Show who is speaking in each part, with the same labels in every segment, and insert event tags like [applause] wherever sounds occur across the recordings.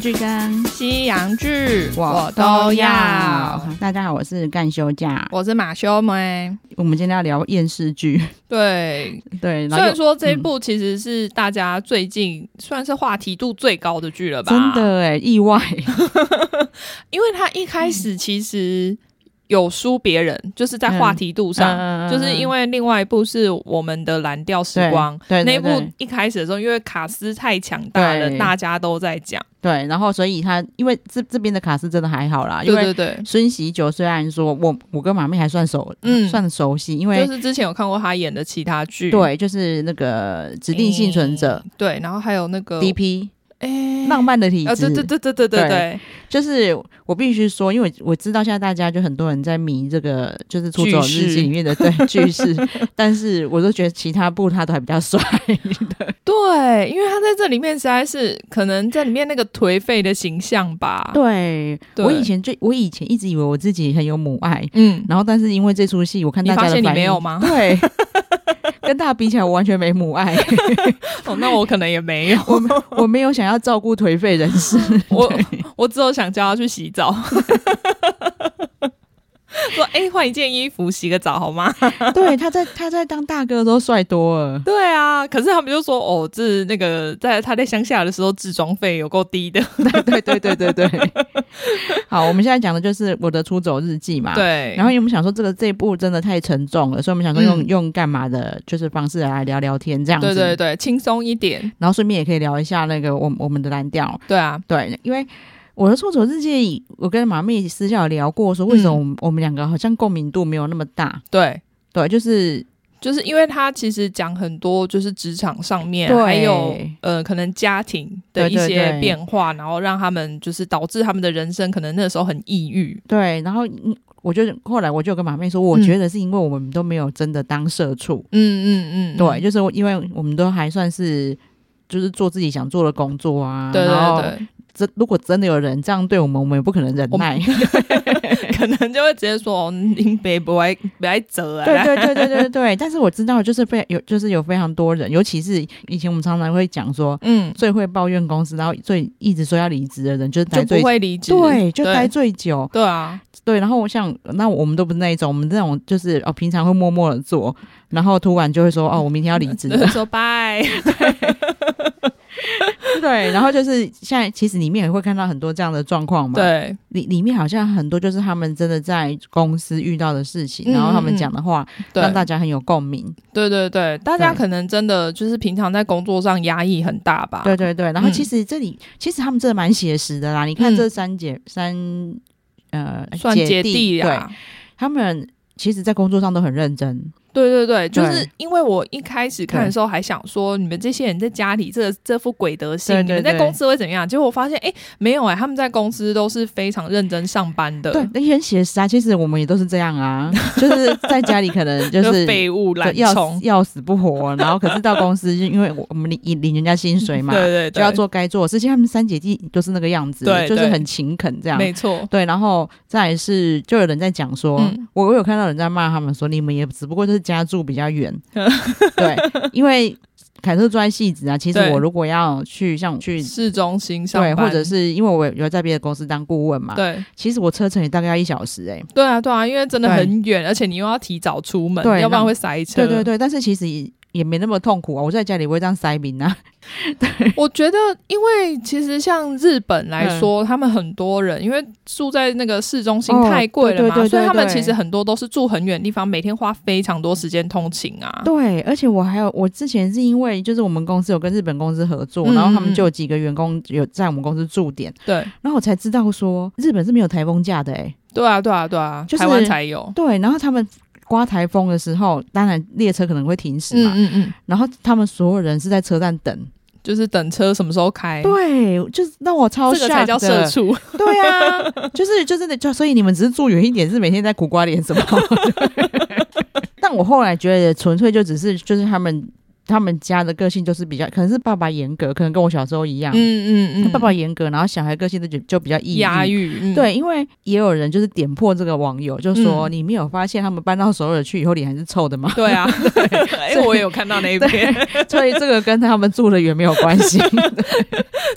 Speaker 1: 剧跟
Speaker 2: 西洋剧我都要。。
Speaker 1: 大家好，我是干休假。
Speaker 2: 我是马修梅，
Speaker 1: 我们今天要聊厌世
Speaker 2: [laughs]
Speaker 1: 剧，
Speaker 2: 对，
Speaker 1: 对，
Speaker 2: 虽
Speaker 1: 然后
Speaker 2: 然
Speaker 1: 又
Speaker 2: 说这一
Speaker 1: 嗯
Speaker 2: 部其实是大家最近算是话题度最高的剧了吧，
Speaker 1: 真，的哎，意外
Speaker 2: 因为他一开
Speaker 1: 嗯
Speaker 2: 始其实有输别人，就是在话题度
Speaker 1: 嗯
Speaker 2: 上， [laughs] 就是因
Speaker 1: 为
Speaker 2: 为另外一部是我们的《蓝调时光》，
Speaker 1: 对对对
Speaker 2: 那一部
Speaker 1: 对
Speaker 2: 一开始的时候，因为卡斯太强大了，
Speaker 1: 对
Speaker 2: 大家都在讲，
Speaker 1: 对，然后所以他因为这这边的卡斯真的还好啦，啊因
Speaker 2: 对
Speaker 1: 为
Speaker 2: 对对。
Speaker 1: 孙喜九虽然说我我跟马妹还算熟，
Speaker 2: 嗯
Speaker 1: 算熟悉，因为
Speaker 2: 就是之前有看过他演的其他剧，
Speaker 1: 对，就是那个指定幸存者
Speaker 2: 嗯对，然后还有那个
Speaker 1: DP
Speaker 2: 哎
Speaker 1: 浪漫的体
Speaker 2: 啊，
Speaker 1: 质
Speaker 2: 对，对对对对对对，
Speaker 1: 就是我必须说，因为我我知道现在大家就很多人在迷这个，就是《出走日记》里面的对句式， [laughs] 但是我都觉得其他部他都还比较帅 [laughs] 的。
Speaker 2: 对，因为他在这里面实在是可能在里面那个颓废的形象吧，，
Speaker 1: 对
Speaker 2: 对
Speaker 1: 我以前最我以前一直以为我自己很有母爱，
Speaker 2: 嗯，
Speaker 1: 然后但是因为这出戏，我看
Speaker 2: 你
Speaker 1: 大家
Speaker 2: 发
Speaker 1: 的
Speaker 2: 现你
Speaker 1: 反应？
Speaker 2: 没有吗
Speaker 1: [laughs]
Speaker 2: [laughs]
Speaker 1: 对，跟大家比起来，我完全没母 [laughs] 爱，
Speaker 2: 哦，那我可能也没有，
Speaker 1: [laughs] 我我没有想要照顾颓废人士。
Speaker 2: 我我只有想叫他去洗澡， [laughs] 说哎，换一件衣服，洗个澡好吗？ [laughs]
Speaker 1: 对，他在他在当大哥的时候帅多了。
Speaker 2: 对啊，可是他们就说哦，这那个在他在乡下的时候，置装费有够低的，
Speaker 1: [laughs] 对对对对对对。好，我们现在讲的就是我的出走日记嘛。。
Speaker 2: 对，
Speaker 1: 啊然后因为我们想说这个这一部真的太沉重了，所以我们想说用、
Speaker 2: 嗯
Speaker 1: 用干嘛的，就是方式来聊聊天这样子。
Speaker 2: 对对对，轻松一点，
Speaker 1: 然后顺便也可以聊一下那个我我们的蓝调。
Speaker 2: 对啊，
Speaker 1: 对，因为我的《出走日记》，我跟马妹私下有聊过，说为什么我们我们两个好像共鸣度没有那么大。
Speaker 2: 对，
Speaker 1: 对，就是
Speaker 2: 就是因为他其实讲很多，就是职场上面，
Speaker 1: 对
Speaker 2: 还有呃，可能家庭的一
Speaker 1: 对对
Speaker 2: 些
Speaker 1: 对
Speaker 2: 变化，然后让他们就是导致他们的人生可能那时候很抑郁。
Speaker 1: 对，然后嗯我就后来我就跟马妹说，我
Speaker 2: 嗯
Speaker 1: 觉得是因为我们都没有真的当社畜，
Speaker 2: 嗯嗯嗯，
Speaker 1: 对，就是因为我们都还算是就是做自己想做的工作啊，
Speaker 2: 对
Speaker 1: 然后
Speaker 2: 对对
Speaker 1: 真如果真的有人这样对我们，我们也不可能忍
Speaker 2: 我们
Speaker 1: 耐。
Speaker 2: 对， [laughs] 可能就会直接说哦，你别不爱不爱折啊，
Speaker 1: [laughs] 对对对对对对， [laughs] 但是我知道，就是非有就是有非常多人，尤其是以前我们常常会讲说，
Speaker 2: 嗯，
Speaker 1: 最会抱怨公司，然后最一直说要离职的人，就是待
Speaker 2: 就
Speaker 1: 最
Speaker 2: 不会离职，
Speaker 1: 对，就待
Speaker 2: 对
Speaker 1: 最久。
Speaker 2: 对啊，
Speaker 1: 对，然后我想，那我们都不是那一种，我们这种就是哦，平常会默默的做，然后突然就会说哦，我明天要离职
Speaker 2: 就是
Speaker 1: 了。
Speaker 2: 说拜，
Speaker 1: [laughs] 对，然后就是现在其实里面也会看到很多这样的状况嘛。，
Speaker 2: 对
Speaker 1: 里里面好像很多就是他们真的在公司遇到的事情，然后他们讲的话让
Speaker 2: 对
Speaker 1: 大家很有共鸣。
Speaker 2: 对对对，大家
Speaker 1: 对
Speaker 2: 可能真的就是平常在工作上压抑很大吧，
Speaker 1: 对对对，然后
Speaker 2: 嗯
Speaker 1: 其实这里、其实他们真的蛮写实的啦。你看
Speaker 2: 嗯
Speaker 1: 这三姐、三呃
Speaker 2: 算姐弟啊
Speaker 1: 对
Speaker 2: 啦，，
Speaker 1: 他们其实在工作上都很认真。
Speaker 2: 对对对，就是
Speaker 1: 对
Speaker 2: 因为我一开始看的时候还想说，你们这些人在家里这这副鬼德性，
Speaker 1: 对对
Speaker 2: 你们在
Speaker 1: 对
Speaker 2: 公司会怎样？结果我发现，哎，没有哎、他们在公司都是非常认真上班的，
Speaker 1: 对，那也很写实啊。其实我们也都是这样
Speaker 2: [laughs]
Speaker 1: 啊，就是在家里可能就
Speaker 2: 就是废物懒
Speaker 1: 对要死
Speaker 2: 虫，
Speaker 1: 要死不活，然后可是到公司就因为我我们领领人家薪水嘛，
Speaker 2: 对对对，
Speaker 1: 就要做该做的事情。他们三姐弟都是那个样子，
Speaker 2: 对
Speaker 1: 就是
Speaker 2: 对
Speaker 1: 很勤恳这样。
Speaker 2: 没错，
Speaker 1: 对，然后再来是，就有人在讲说，
Speaker 2: 嗯
Speaker 1: 我我有看到人在骂他们说，你们也只不过就是家住比较
Speaker 2: [laughs]
Speaker 1: 远，对，因为凯特住在戏子啊。其实
Speaker 2: 对
Speaker 1: 我如果要去像去
Speaker 2: 市中心上
Speaker 1: 对，
Speaker 2: 班，
Speaker 1: 或者是因为我有在别的公司当顾问嘛，
Speaker 2: 对
Speaker 1: 其实我车程也大概要一小时哎、欸，
Speaker 2: 对啊对啊，因为真的
Speaker 1: 对
Speaker 2: 很远，而且你又要提早出门，
Speaker 1: 对
Speaker 2: 要不然
Speaker 1: 那
Speaker 2: 会塞
Speaker 1: 对
Speaker 2: 车。
Speaker 1: 对对，但是其实也也没那么痛苦啊，我在家里不会这样塞饼啊，
Speaker 2: 我觉得，因为其实像日本来
Speaker 1: 嗯
Speaker 2: 说，他们很多人因为住在那个市中心
Speaker 1: 哦
Speaker 2: 太贵了嘛，
Speaker 1: 对对对对
Speaker 2: 所以他们
Speaker 1: 对
Speaker 2: 其实很多都是住很远的地方，每天花非常多时间通勤啊。
Speaker 1: [laughs] 对，而且我还有，我之前是因为就是我们公司有跟日本公司合作，
Speaker 2: 嗯
Speaker 1: 然后他们就有几个员工有在我们公司驻点，
Speaker 2: 对
Speaker 1: 然后我才知道说日本是没有台风假的哎、欸，
Speaker 2: 对啊，对啊，对啊，
Speaker 1: 就是
Speaker 2: 台湾才有。
Speaker 1: 对，然后他们刮台风的时候，当然列车可能会停驶
Speaker 2: 嗯
Speaker 1: 嘛，
Speaker 2: 嗯嗯，
Speaker 1: 然后他们所有人是在车站等，
Speaker 2: 就是等车什么时候开，
Speaker 1: 对，就是让我超
Speaker 2: 这个才
Speaker 1: shock
Speaker 2: 叫社
Speaker 1: 的，
Speaker 2: 畜。
Speaker 1: [laughs] 对啊，就是就是那就所以你们只是住远一点，是每天在苦瓜脸什么？ [laughs] 但我后来觉得纯粹就只是就是他们他们家的个性就是比较，可能是爸爸严格，可能跟我小时候一样，
Speaker 2: 嗯嗯嗯，
Speaker 1: 爸爸严格，然后小孩个性就就就比较抑郁
Speaker 2: 押韵，嗯，
Speaker 1: 对，因为也有人就是点破这个网友，就说、
Speaker 2: 嗯
Speaker 1: 你没有发现他们搬到首尔去以后脸还是臭的吗？ [laughs]
Speaker 2: 对啊，哎，
Speaker 1: 所以 [laughs]
Speaker 2: 我也有看到那一篇，
Speaker 1: 所以这个跟他们住的远没有关系。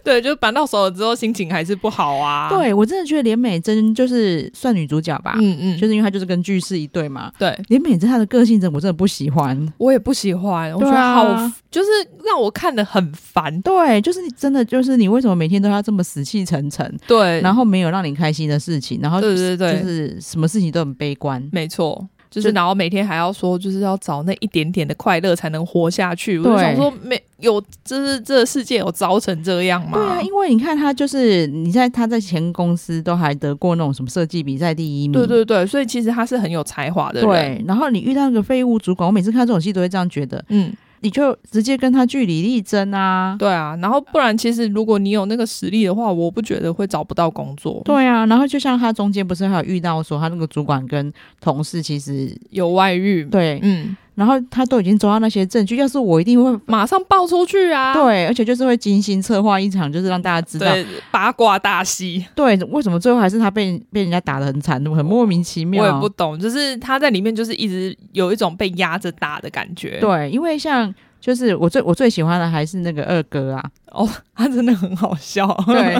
Speaker 2: 对，就是搬到首尔之后心情还是不好啊。，
Speaker 1: [laughs] [laughs] 对我真的觉得连美珍就是算女主角吧，
Speaker 2: 嗯嗯，
Speaker 1: 就是因为她就是跟巨氏一对嘛。
Speaker 2: 对。
Speaker 1: 连美珍她的个性真的我真的不喜欢，
Speaker 2: 我也不喜欢，我
Speaker 1: 对
Speaker 2: 觉得
Speaker 1: 啊
Speaker 2: 好，就是让我看的很烦。
Speaker 1: 对，就是你真的就是你为什么每天都要这么死气沉沉，
Speaker 2: 对，
Speaker 1: 然后没有让你开心的事情，然后
Speaker 2: 对对对，
Speaker 1: 就是什么事情都很悲观。
Speaker 2: 没错，就是
Speaker 1: 就
Speaker 2: 然后每天还要说，就是要找那一点点的快乐才能活下去。我就
Speaker 1: 对
Speaker 2: 想说，没有，就是这个世界有糟成这样吗？
Speaker 1: 对啊，因为你看她就是你在她在前公司都还得过那种什么设计比赛第一名，
Speaker 2: 对对对，所以其实他是很有才华的人。，
Speaker 1: 对，然后你遇到一个废物主管，我每次看这种戏都会这样觉得，
Speaker 2: 嗯，
Speaker 1: 你就直接跟他据理力争啊。
Speaker 2: 对啊。然后不然，其实如果你有那个实力的话，我不觉得会找不到工作。，
Speaker 1: 对啊，然后就像他中间不是还有遇到说他那个主管跟同事其实
Speaker 2: 有外遇，，
Speaker 1: 对，
Speaker 2: 嗯，
Speaker 1: 然后他都已经抓到那些证据，要是我一定会
Speaker 2: 马上爆出去啊！
Speaker 1: 对，而且就是会精心策划一场，就是让大家知道
Speaker 2: 对，八卦大戏，
Speaker 1: 对为什么最后还是他被被人家打的很惨，很莫名其妙。
Speaker 2: 我也不懂，就是他在里面就是一直有一种被压着打的感觉。，
Speaker 1: 对，因为像就是我最我最喜欢的还是那个二哥
Speaker 2: [laughs]
Speaker 1: 啊，
Speaker 2: 他真的很好笑。
Speaker 1: 对，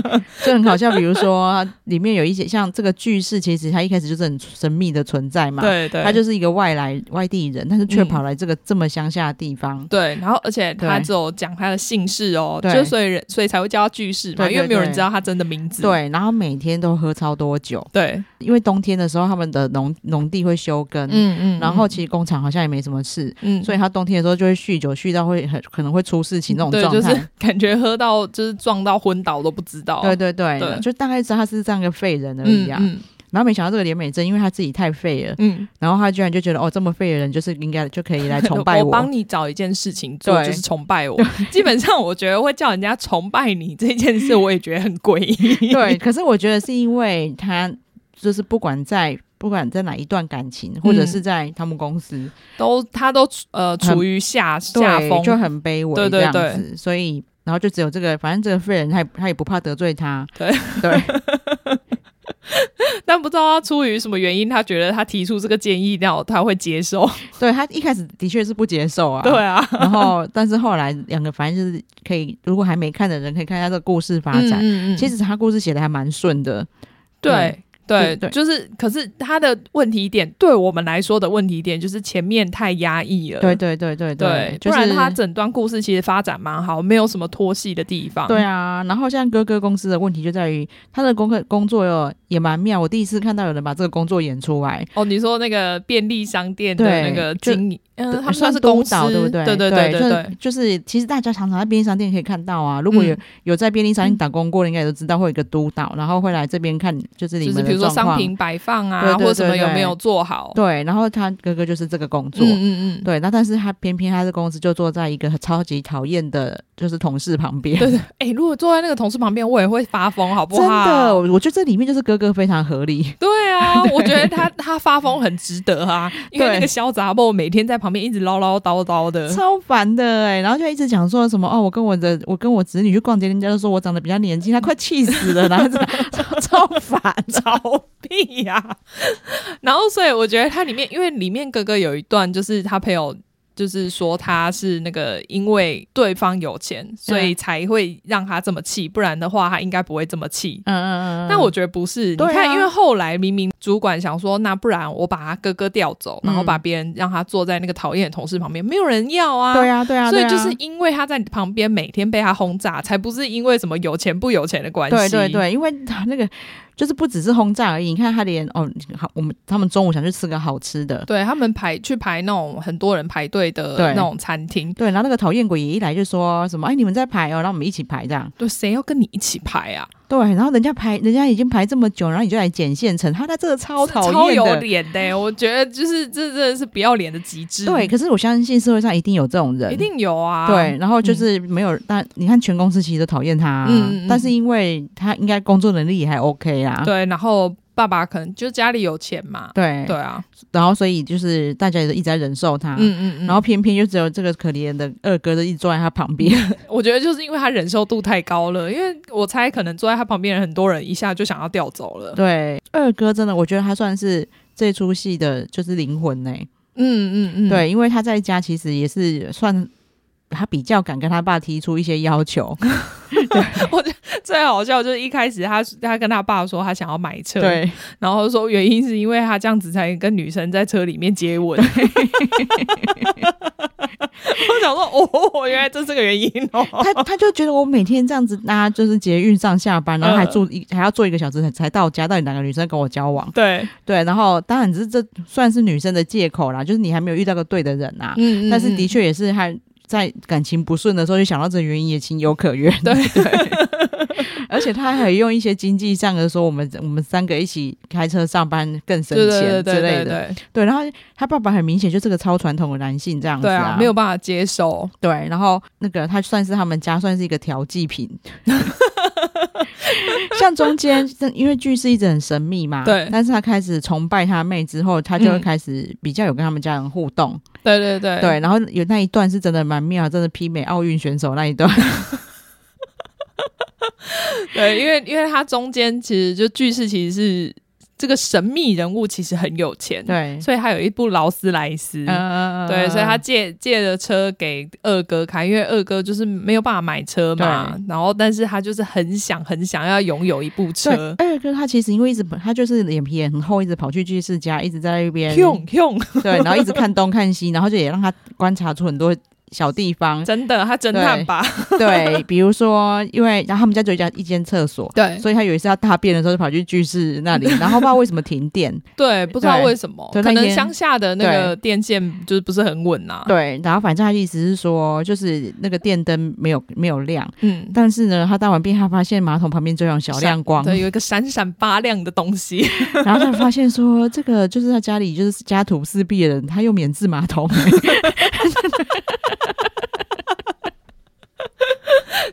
Speaker 1: 就很好笑。比如说里面有一些像这个句式，其实他一开始就是很神秘的存在嘛，，
Speaker 2: [laughs] 对对，
Speaker 1: 他就是一个外来外地人，但是却
Speaker 2: 嗯
Speaker 1: 跑来这个这么乡下的地方。
Speaker 2: 对，然后而且他
Speaker 1: 对
Speaker 2: 只有讲他的姓氏哦，
Speaker 1: 对
Speaker 2: 就所以人所以才会叫他巨氏嘛，
Speaker 1: 对对
Speaker 2: 因为没有人
Speaker 1: 对
Speaker 2: 知道他真的名字。
Speaker 1: 对，然后每天都喝超多酒，
Speaker 2: 对，
Speaker 1: 因为冬天的时候他们的农农地会休耕，
Speaker 2: 嗯嗯
Speaker 1: 然后其实工厂好像也没什么事，
Speaker 2: 嗯
Speaker 1: 所以他冬天的时候就会酗酒，酗到会很可能会出事情那种
Speaker 2: 嗯对，
Speaker 1: 状态。
Speaker 2: 就是感觉喝到就是撞到昏倒都不知道。
Speaker 1: [laughs] 对对对
Speaker 2: 对
Speaker 1: 就大概知道他是这样一个废人而已
Speaker 2: 嗯
Speaker 1: 啊。
Speaker 2: 嗯
Speaker 1: 然后没想到这个连美珍，因为他自己太废了，
Speaker 2: 嗯，
Speaker 1: 然后他居然就觉得哦，这么废的人就是应该就可以来崇拜
Speaker 2: [laughs] 我
Speaker 1: 我。
Speaker 2: 帮你找一件事情做，
Speaker 1: 对
Speaker 2: 就是崇
Speaker 1: [laughs]
Speaker 2: 拜我。基本上我觉得会叫人家崇拜你这件
Speaker 1: [laughs]
Speaker 2: 事，我也觉得很诡异。
Speaker 1: 对，可是我觉得是因为他就是不管在不管在哪一段感情，或者是在他们公司，
Speaker 2: 都他都呃
Speaker 1: 很
Speaker 2: 处于下下
Speaker 1: 对，
Speaker 2: 风，
Speaker 1: 就很卑微
Speaker 2: 对
Speaker 1: 这
Speaker 2: 对
Speaker 1: 样子，
Speaker 2: 对
Speaker 1: 所以。然后就只有这个，反正这个废人他也他也不怕得罪他，
Speaker 2: 对
Speaker 1: 对
Speaker 2: [laughs] 但不知道他出于什么原因，他觉得他提出这个建议，然后他会接受。
Speaker 1: 对，他一开始的确是不接受啊，
Speaker 2: [laughs] 对啊，
Speaker 1: 然后，但是后来两个反正就是可以，如果还没看的人可以看一下这个故事发展。
Speaker 2: 嗯嗯嗯
Speaker 1: 其实他故事写的还蛮顺的，
Speaker 2: 对
Speaker 1: 对
Speaker 2: 对
Speaker 1: 对
Speaker 2: 就是，可是他的问题点对我们来说的问题点就是前面太压抑了，
Speaker 1: 对对对对
Speaker 2: 对
Speaker 1: 就
Speaker 2: 不然
Speaker 1: 是
Speaker 2: 他整段故事其实发展蛮好，没有什么脱戏的地方。
Speaker 1: 对啊。然后像哥哥公司的问题就在于他的功课工作哟也蛮妙，我第一次看到有人把这个工作演出来。
Speaker 2: 哦，你说那个便利商店的
Speaker 1: 对
Speaker 2: 那个
Speaker 1: 就呃
Speaker 2: 经理，嗯，他
Speaker 1: 算
Speaker 2: 们算是
Speaker 1: 督
Speaker 2: 公司
Speaker 1: 导，对不对？
Speaker 2: 对
Speaker 1: 对
Speaker 2: 对对
Speaker 1: 就是就是，其实大家常常在便利商店可以看到啊。如果有、
Speaker 2: 嗯
Speaker 1: 有在便利商店打工过的，应该也都知道会有一个督导，然后会来这边看，就是你
Speaker 2: 就
Speaker 1: 们的
Speaker 2: 是比如说
Speaker 1: 状况
Speaker 2: 商品摆放
Speaker 1: 对
Speaker 2: 啊，
Speaker 1: 对
Speaker 2: 或者什么
Speaker 1: 对
Speaker 2: 有
Speaker 1: 对
Speaker 2: 没有做好，
Speaker 1: 对，然后他哥哥就是这个工作，
Speaker 2: 嗯嗯嗯，
Speaker 1: 对，那但是他偏偏他的公司就坐在一个超级讨厌的，就是同事旁边。 [laughs]
Speaker 2: 对对。哎，如果坐在那个同事旁边，我也会发疯，好不
Speaker 1: 真
Speaker 2: 好？
Speaker 1: 的，我我觉得这里面就是哥哥非常合理。
Speaker 2: 对啊， [laughs] 我觉得他他发疯很值
Speaker 1: [laughs]
Speaker 2: 得啊，因为
Speaker 1: 对
Speaker 2: 那个小杂货每天在旁边一直唠唠叨叨的，
Speaker 1: [laughs] 超烦的哎、然后就一直讲说什么哦，我跟我的我跟我侄女去逛街，人家都说我长得比较年轻，他快气死了，然后这样 [laughs] 超超烦。
Speaker 2: 逃避呀、
Speaker 1: 啊
Speaker 2: [laughs] 然后，所以我觉得它里面，因为里面哥哥有一段，就是他朋友就是说他是那个因为对方有钱，所
Speaker 1: 嗯
Speaker 2: 以才会让他这么气，不然的话他应该不会这么气。
Speaker 1: 嗯嗯嗯，
Speaker 2: 但我觉得不是，你
Speaker 1: 对啊
Speaker 2: 看，因为后来明明主管想说，那不然我把他哥哥调走，然后
Speaker 1: 嗯
Speaker 2: 把别人让他坐在那个讨厌的同事旁边，没有人要啊。
Speaker 1: 对啊对啊，
Speaker 2: 所以
Speaker 1: 对啊
Speaker 2: 就是因为他在旁边每天被他轰炸，才不是因为什么有钱不有钱的关系。
Speaker 1: 对对对，因为那个就是不只是轰炸而已，你看他连哦，好，我们他们中午想去吃个好吃的，
Speaker 2: 对他们排去排那种很多人排队的
Speaker 1: 对
Speaker 2: 那种餐厅，
Speaker 1: 对，然后那个讨厌鬼也一来就说什么哎你们在排哦，让我们一起排这样。
Speaker 2: 对，谁要跟你一起排啊？
Speaker 1: 对，然后人家排，人家已经排这么久，然后你就来剪现成，他在这个超讨
Speaker 2: 超
Speaker 1: 厌
Speaker 2: 有
Speaker 1: 的。
Speaker 2: 脸的、我觉得就是这真的是不要脸的极致。
Speaker 1: 对，，可是我相信社会上一定有这种人，
Speaker 2: 一、定有啊。
Speaker 1: 对。然后就是没有，但你看全公司其实都讨厌他啊，
Speaker 2: 嗯嗯嗯
Speaker 1: 但是因为他应该工作能力也还 OK 啊，
Speaker 2: 对，然后爸爸可能就家里有钱嘛。
Speaker 1: 对
Speaker 2: 对啊，
Speaker 1: 然后所以就是大家也一直在忍受他，
Speaker 2: 嗯嗯嗯。
Speaker 1: 然后偏偏就只有这个可怜的二哥就一直坐在他旁边，
Speaker 2: 我觉得就是因为他忍受度太高了，因为我猜可能坐在他旁边的很多人一下就想要调走了。
Speaker 1: [laughs] 对，二哥真的我觉得他算是这出戏的就是灵魂呢、
Speaker 2: 嗯嗯嗯，
Speaker 1: 对，因为他
Speaker 2: [laughs]
Speaker 1: 在家其实也是算他比较敢跟他爸提出一些要求，
Speaker 2: 最好笑就是一开始他他跟他爸说他想要买车，
Speaker 1: 对，
Speaker 2: 然后说原因是因为他这样子才跟女生在车里面接吻。 [laughs] 我想说，哦，原来这是个原因哦。
Speaker 1: 他他就觉得我每天这样子拉就是捷运上下班，然后还
Speaker 2: 嗯
Speaker 1: 住一、还要坐一个小时才才到家，到底哪个女生跟我交往？
Speaker 2: 对，
Speaker 1: 对，然后当然只是这算是女生的借口啦，就是你还没有遇到个对的人啊。
Speaker 2: 嗯
Speaker 1: 但是的，确也是还在感情不顺的时候就想到这个原因也情有可原。
Speaker 2: 对
Speaker 1: 而且他还用一些经济上的说，我们我们三个一起开车上班更省
Speaker 2: 对对对
Speaker 1: 钱之
Speaker 2: 对
Speaker 1: 类
Speaker 2: 对
Speaker 1: 的。
Speaker 2: 对
Speaker 1: 对，然后他爸爸很明显就这个超传统的男性这样子
Speaker 2: 对啊，没有办法接受，
Speaker 1: 对，然后那个他算是他们家算是一个调剂品。 [laughs] 像中间，因为剧是一直很神秘嘛，
Speaker 2: 对
Speaker 1: 但是他开始崇拜他妹之后，他就会
Speaker 2: 嗯
Speaker 1: 开始比较有跟他们家人互动，
Speaker 2: 对对对
Speaker 1: 对。然后有那一段是真的蛮妙，真的媲美奥运选手那一段。 [laughs]
Speaker 2: [laughs] 对，因为因为他中间其实就句式其实是这个神秘人物其实很有钱，，
Speaker 1: 对，
Speaker 2: 所以他有一部劳斯莱斯，
Speaker 1: 嗯
Speaker 2: 对，所以他借借了车给二哥开，因为二哥就是没有办法买车嘛，然后但是他就是很想很想要拥有一部车，
Speaker 1: 对，二哥他其实因为一直他就是脸皮也很厚，一直跑去居士家，一直在那边
Speaker 2: 用用，。
Speaker 1: [laughs] 对，然后一直看东看西，然后就也让他观察出很多小地方
Speaker 2: [laughs] 真的，他侦探吧，
Speaker 1: 对，比如说，因为然后他们家只有一家一间厕所，
Speaker 2: 对
Speaker 1: 所以他有一次要大便的时候就跑去居士那里，然后不知道为什么停电，
Speaker 2: [laughs] 对，不知道
Speaker 1: 对
Speaker 2: 为什么，
Speaker 1: 对
Speaker 2: 可
Speaker 1: 那
Speaker 2: 能
Speaker 1: 天
Speaker 2: 乡下的那个电线就是不是很稳呐、啊，
Speaker 1: 对，然后反正他的意思是说，就是那个电灯没有没有亮，
Speaker 2: 嗯，
Speaker 1: 但是呢，他大完便他发现马桶旁边就有小亮光，
Speaker 2: 对，有一个闪闪发亮的东西， [laughs]
Speaker 1: 然后他发现说，这个就是他家里就是家徒四壁的人，他又免治马桶，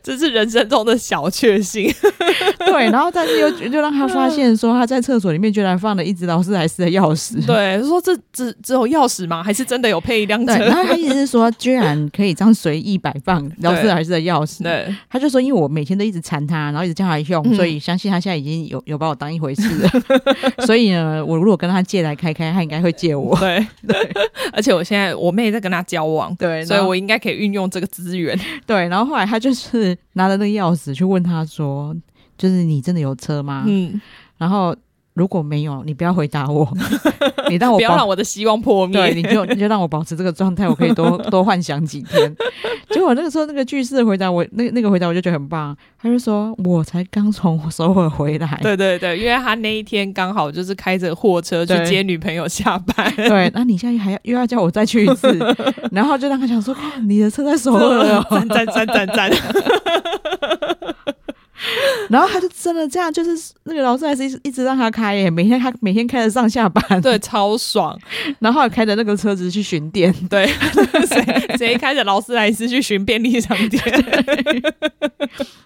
Speaker 2: 这是人生中的小确幸， [laughs]
Speaker 1: 对，然后但是又就让他发现说，他在厕所里面居然放了一只劳斯莱斯的钥
Speaker 2: [laughs]
Speaker 1: 匙。
Speaker 2: 对，说这只只有钥匙吗？还是真的有配一辆
Speaker 1: 对，
Speaker 2: 车
Speaker 1: 然？后他意思是说，居然可以这样随意摆放劳斯莱斯的钥匙。，
Speaker 2: [laughs] 对，
Speaker 1: 他就说，因为我每天都一直缠他，然后一直叫他用，
Speaker 2: 嗯
Speaker 1: 所以相信他现在已经有有把我当一回事
Speaker 2: [laughs]
Speaker 1: 了。 [laughs] 所以呢，我如果跟他借来开开，他应该会借 [laughs]
Speaker 2: [laughs]
Speaker 1: 我。 [laughs]
Speaker 2: 对而且我现在我妹在跟他交往，
Speaker 1: 对
Speaker 2: 所以
Speaker 1: 然后
Speaker 2: 我应该可以运用这个资源。
Speaker 1: 对，然后后来他就是拿着那个钥匙去问他说，就是你真的有车吗？
Speaker 2: 嗯，
Speaker 1: 然后如果没有，你不要回答
Speaker 2: [laughs]
Speaker 1: 我，你让我
Speaker 2: 不要让
Speaker 1: 保，
Speaker 2: 我的希望破
Speaker 1: 哦对，
Speaker 2: 灭。 [laughs]
Speaker 1: 你就你就让我保持这个状态，我可以多多幻想几天。结果那个时候那个句式的回答我，那那个回答我就觉得很棒，他就说我才刚从首尔回来。
Speaker 2: 对对对，因为他那一天刚好就是开着货车去
Speaker 1: 对
Speaker 2: 接女朋友下
Speaker 1: [laughs]
Speaker 2: 班，
Speaker 1: 对，那你现在还要又要叫我再去一
Speaker 2: [laughs]
Speaker 1: 次，然后就让他想说，哇你的车在首尔哦，
Speaker 2: 赞赞赞赞赞，
Speaker 1: [laughs] 然后他就真的这样，就是那个劳斯莱斯一直一直让他开耶，每天他每天开着上下班，
Speaker 2: 对，超爽。
Speaker 1: 然后还开着那个车子去巡店， [laughs]
Speaker 2: 对， [laughs] 谁谁开着劳斯莱斯去巡便利商
Speaker 1: [laughs]
Speaker 2: 店？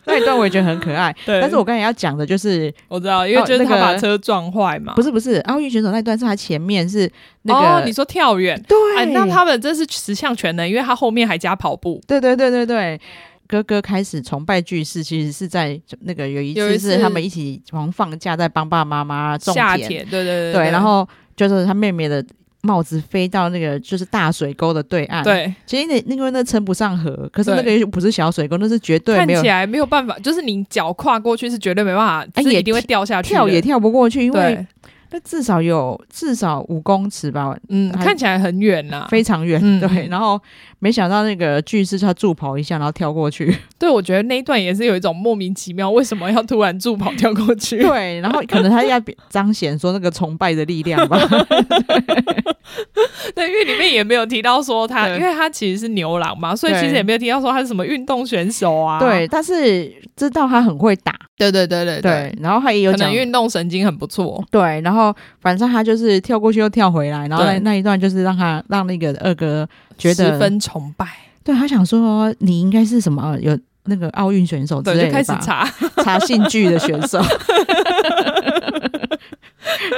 Speaker 1: 那一段我也觉得很可爱。
Speaker 2: 对，
Speaker 1: 但是我刚才要讲的就是
Speaker 2: 我知道，因为
Speaker 1: 哦
Speaker 2: 就是他
Speaker 1: 那个
Speaker 2: 把车撞坏嘛。
Speaker 1: 不是不是，奥运选手那一段是他前面是那
Speaker 2: 哦，
Speaker 1: 个，
Speaker 2: 你说跳远？
Speaker 1: 对、
Speaker 2: 哎，那他们真是十项全能，因为他后面还加跑步。
Speaker 1: 对对对对对，哥哥开始崇拜巨士，其实是在那个有一
Speaker 2: 有一
Speaker 1: 次是
Speaker 2: 次
Speaker 1: 他们一起狂放假在帮爸爸妈妈种
Speaker 2: 夏
Speaker 1: 田，
Speaker 2: 天，对对对
Speaker 1: 对，然后就是他妹妹的。帽子飞到那个就是大水沟的对岸，，
Speaker 2: 对，
Speaker 1: 其实那那个那称不上河，可是那
Speaker 2: 对
Speaker 1: 个又不是小水沟，那是绝对
Speaker 2: 看
Speaker 1: 没有
Speaker 2: 起来没有办法，就是你脚跨过去是绝对没办法，
Speaker 1: 哎
Speaker 2: 就是
Speaker 1: 也
Speaker 2: 一定会掉下去的，
Speaker 1: 跳也跳不过去，因为
Speaker 2: 对，
Speaker 1: 那至少有至少五公尺吧，
Speaker 2: 嗯，
Speaker 1: 还
Speaker 2: 看起来很远呐、
Speaker 1: 非常远，
Speaker 2: 嗯
Speaker 1: 对。
Speaker 2: 嗯
Speaker 1: 然后没想到那个巨是他助跑一下，然后跳过
Speaker 2: [laughs]
Speaker 1: 去，
Speaker 2: 对，我觉得那一段也是有一种莫名其妙，为什么要突然助跑跳过去？
Speaker 1: 对。然后可能他要比彰显说那个崇拜的力量吧，
Speaker 2: [laughs] 对，因为里面也没有提到说他，
Speaker 1: 对
Speaker 2: 因为他其实是牛郎嘛，所以
Speaker 1: 对
Speaker 2: 其实也没有提到说他是什么运动选手 [laughs] 啊。
Speaker 1: 对。但是知道他很会打，
Speaker 2: 对对对对
Speaker 1: 对。然后他也有
Speaker 2: 可
Speaker 1: 讲
Speaker 2: 能。运动神经很不错。
Speaker 1: 对，然后反正他就是跳过去又跳回来，然后那
Speaker 2: 对
Speaker 1: 那一段就是让他让那个二哥觉
Speaker 2: 十
Speaker 1: 得，
Speaker 2: 分崇拜，
Speaker 1: 对他想说你应该是什么有那个奥运选手之类
Speaker 2: 对，
Speaker 1: 的
Speaker 2: 就开始
Speaker 1: 吧
Speaker 2: 查，
Speaker 1: 查姓剧的选
Speaker 2: [laughs]
Speaker 1: 手， [laughs]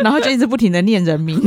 Speaker 1: 然后就一直不停的念人名。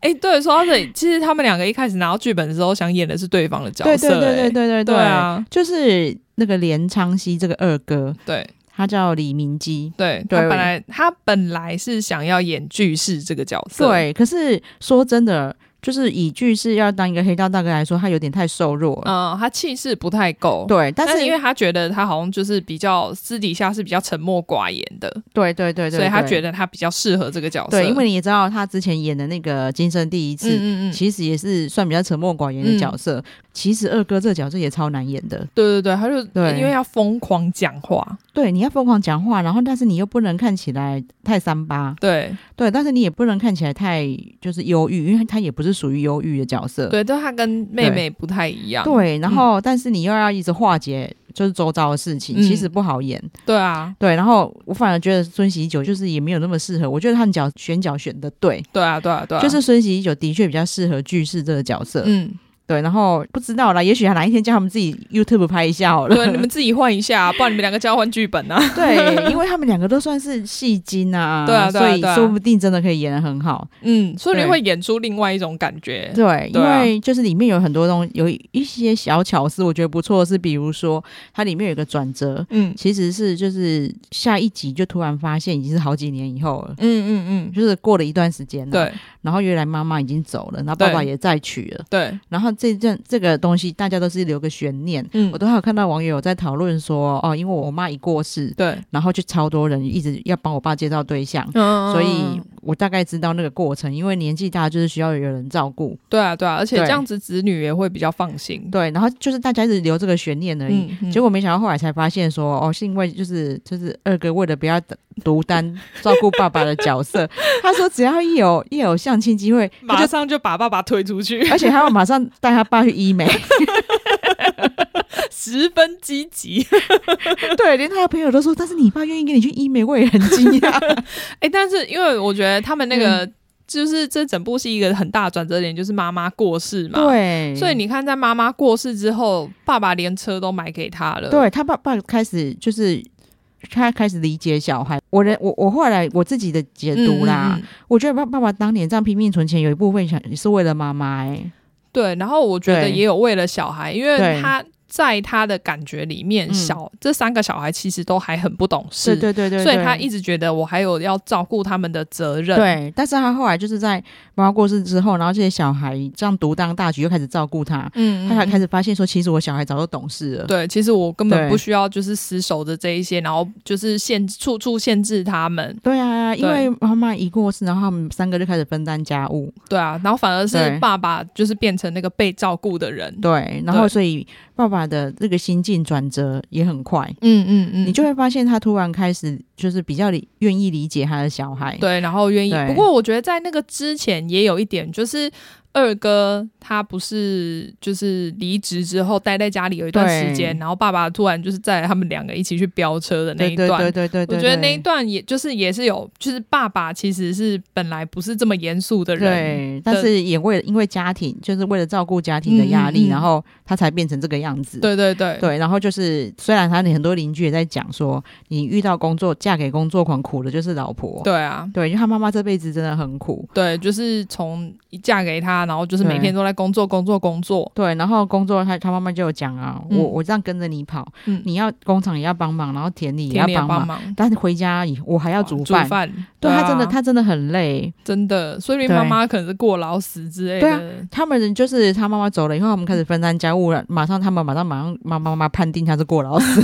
Speaker 2: 哎、对，说到这里，其实他们两个一开始拿到剧本的时候，想演的是对方的角
Speaker 1: 对对
Speaker 2: 色、
Speaker 1: 对
Speaker 2: 哎
Speaker 1: 对对对
Speaker 2: 对啊，
Speaker 1: 就是那个连昌熙这个二哥，
Speaker 2: 对，
Speaker 1: 他叫李明基。
Speaker 2: 对
Speaker 1: 对
Speaker 2: 他本来他本来是想要演巨士这个角色，
Speaker 1: 对，可是说真的，就是以句是要当一个黑道大哥来说，他有点太瘦弱了。
Speaker 2: 嗯，他气势不太够。
Speaker 1: 对，但
Speaker 2: 嗯但是
Speaker 1: 是
Speaker 2: 因为他觉得他好像就是比较私底下是比较沉默寡言的，
Speaker 1: 对对对对
Speaker 2: 所以他觉
Speaker 1: 得
Speaker 2: 得他比较适合这个角色。
Speaker 1: 对，因为你也知道他之前演的那个《今生第一次》
Speaker 2: 嗯嗯嗯，
Speaker 1: 其实也是算比较沉默寡言的角色。其实二哥这个角色也超难演的，
Speaker 2: 对对对，他就
Speaker 1: 对
Speaker 2: 因为要疯狂讲话，
Speaker 1: 对，你要疯狂讲话，然后但是你又不能看起来太三八，
Speaker 2: 对
Speaker 1: 对，但是你也不能看起来太就是忧郁，因为他也不是属于忧郁的角色。
Speaker 2: 对，啊嗯但他跟妹妹不太一样。
Speaker 1: 对，然后、但是你又要一直化解就是周遭的事情，
Speaker 2: 嗯
Speaker 1: 其实不好演。
Speaker 2: 对啊，
Speaker 1: 对，然后我反而觉得孙喜九就是也没有那么适合，我觉得他们角选角选的对，
Speaker 2: 对啊，对啊，对啊，
Speaker 1: 就是孙喜九的确比较适合句式这个角色。
Speaker 2: [laughs] 嗯，
Speaker 1: 对，然后不知道啦，也许哪一天叫他们自己 YouTube 拍一下好了。
Speaker 2: 对，你们自己换一下，啊不然你们两个交换剧本啊。
Speaker 1: [laughs] 对，因为他们两个都算是戏精啊，
Speaker 2: 对啊对啊
Speaker 1: 所以
Speaker 2: 对啊
Speaker 1: 说不定真的可以演得很好。
Speaker 2: 嗯，说不定
Speaker 1: 对
Speaker 2: 会演出另外一种感觉。
Speaker 1: 对，因
Speaker 2: 对啊
Speaker 1: 为就是里面有很多东有一些小巧思，我觉得不错的是，比如说它里面有一个转折，
Speaker 2: 嗯
Speaker 1: 其实是就是下一集就突然发现已经是好几年以后了。
Speaker 2: 嗯嗯
Speaker 1: 就是过了一段时间
Speaker 2: 嗯，
Speaker 1: 了，，
Speaker 2: 对
Speaker 1: 然后原来妈妈已经走了，然后爸爸
Speaker 2: 对
Speaker 1: 也再娶了，
Speaker 2: 对，
Speaker 1: 然后这件这个东西大家都是留个悬念。
Speaker 2: 嗯
Speaker 1: 我，都还有看到网友有在讨论说，哦，因为我妈一过世，
Speaker 2: 对，
Speaker 1: 然后就超多人一直要帮我爸介绍对象，
Speaker 2: 嗯
Speaker 1: 所以我大概知道那个过程，因为年纪大就是需要有人照顾，
Speaker 2: 对啊对啊，而且
Speaker 1: 对
Speaker 2: 这样子子女也会比较放心。
Speaker 1: 对，然后就是大家一直留这个悬念而已。
Speaker 2: 嗯，嗯
Speaker 1: 结果没想到后来才发现说，哦，是因为就是就是二哥为了不要独担 [laughs] 照顾爸爸的角
Speaker 2: [laughs]
Speaker 1: 色，他说只要一有一有相亲机会，他
Speaker 2: 马
Speaker 1: 就
Speaker 2: 上就把爸爸推出去，
Speaker 1: 而且他要马上带他爸去医
Speaker 2: [laughs]
Speaker 1: 美，
Speaker 2: 十分积极。
Speaker 1: 对，连他的朋友都说，但是你爸愿意跟你去医美，我也很惊
Speaker 2: [laughs]
Speaker 1: 讶。
Speaker 2: [laughs] 哎，但是因为我觉得他们那个
Speaker 1: 嗯
Speaker 2: 就是这整部戏一个很大的转折点，就是妈妈过世嘛。。
Speaker 1: 对，
Speaker 2: 所以你看，在妈妈过世之后，爸爸连车都买给他了。
Speaker 1: 对他爸爸开始就是他开始理解小孩。我人我我后来我自己的解
Speaker 2: 嗯，
Speaker 1: 读啦，
Speaker 2: 嗯嗯
Speaker 1: 我觉得爸爸爸当年这样拼命存钱，有一部分想是为了妈妈、欸。
Speaker 2: 对，然后我觉得
Speaker 1: 对
Speaker 2: 也有为了小孩，因
Speaker 1: 对
Speaker 2: 为他在他的感觉里面，
Speaker 1: 嗯
Speaker 2: 小这三个小孩其实都还很不懂
Speaker 1: 对
Speaker 2: 事，
Speaker 1: 对对对，
Speaker 2: 所以
Speaker 1: 对
Speaker 2: 他一直觉得我还有要照顾他们的责任。
Speaker 1: 对，但是他后来就是在妈妈过世之后，然后这些小孩这样独当大局，又开始照顾他，
Speaker 2: 嗯，嗯，嗯
Speaker 1: 他才开
Speaker 2: 始。
Speaker 1: 始发现说，其实我小孩早就懂事了。
Speaker 2: 对，其实我根本
Speaker 1: 对
Speaker 2: 不需要，就是死守着这一些，然后就是限处处限制他们，
Speaker 1: 对啊，因
Speaker 2: 对
Speaker 1: 为妈妈一过世，然后他们三个就开始分担家务。
Speaker 2: 对啊，然后反而
Speaker 1: 对
Speaker 2: 是爸爸就是变成那个被照顾的人，
Speaker 1: 对，然后
Speaker 2: 对
Speaker 1: 所以爸爸的这个心境转折也很快。
Speaker 2: 嗯嗯嗯
Speaker 1: 你就会发现他突然开始就是比较理愿意理解他的小孩。
Speaker 2: 对，然后愿意
Speaker 1: 对。
Speaker 2: 不过我觉得在那个之前也有一点，就是二哥他不是就是离职之后待在家里有一段时间，
Speaker 1: 对
Speaker 2: 然后爸爸突然就是载他们两个一起去飙车的那一
Speaker 1: 对对
Speaker 2: 段。
Speaker 1: 对对对对，
Speaker 2: 我觉得那一
Speaker 1: 对
Speaker 2: 段也就是也是有，就是爸爸其实是本来不是这么严肃的人，
Speaker 1: 对，但是也为了因为家庭，就是为了照顾家庭的压力，
Speaker 2: 嗯嗯嗯
Speaker 1: 然后他才变成这个样子。
Speaker 2: 对对对
Speaker 1: 对，然后就是虽然他很多邻居也在讲说，你遇到工作嫁给工作狂，苦的就是老婆。
Speaker 2: 对啊，
Speaker 1: 对，因为他妈妈这辈子真的很苦。
Speaker 2: 对，就是从嫁给他，然后就是每
Speaker 1: 对
Speaker 2: 天都在工作工作工作，
Speaker 1: 对，然后工作他他妈妈就有讲啊，
Speaker 2: 嗯
Speaker 1: 我我这样跟着你跑，
Speaker 2: 嗯
Speaker 1: 你要工厂也要帮忙，然后田里也
Speaker 2: 天
Speaker 1: 要
Speaker 2: 天
Speaker 1: 帮
Speaker 2: 帮
Speaker 1: 忙，
Speaker 2: 忙，
Speaker 1: 但是回家以我还要煮
Speaker 2: 饭，
Speaker 1: 饭。对他
Speaker 2: 啊
Speaker 1: 真的他真的很累，
Speaker 2: 真的，所以
Speaker 1: 对
Speaker 2: 妈妈可能是过劳死之类
Speaker 1: 对啊
Speaker 2: 的。
Speaker 1: 他们就是他妈妈走了以后，他们开始分担家务了。马上他们马上马上妈妈妈判定他是过劳死，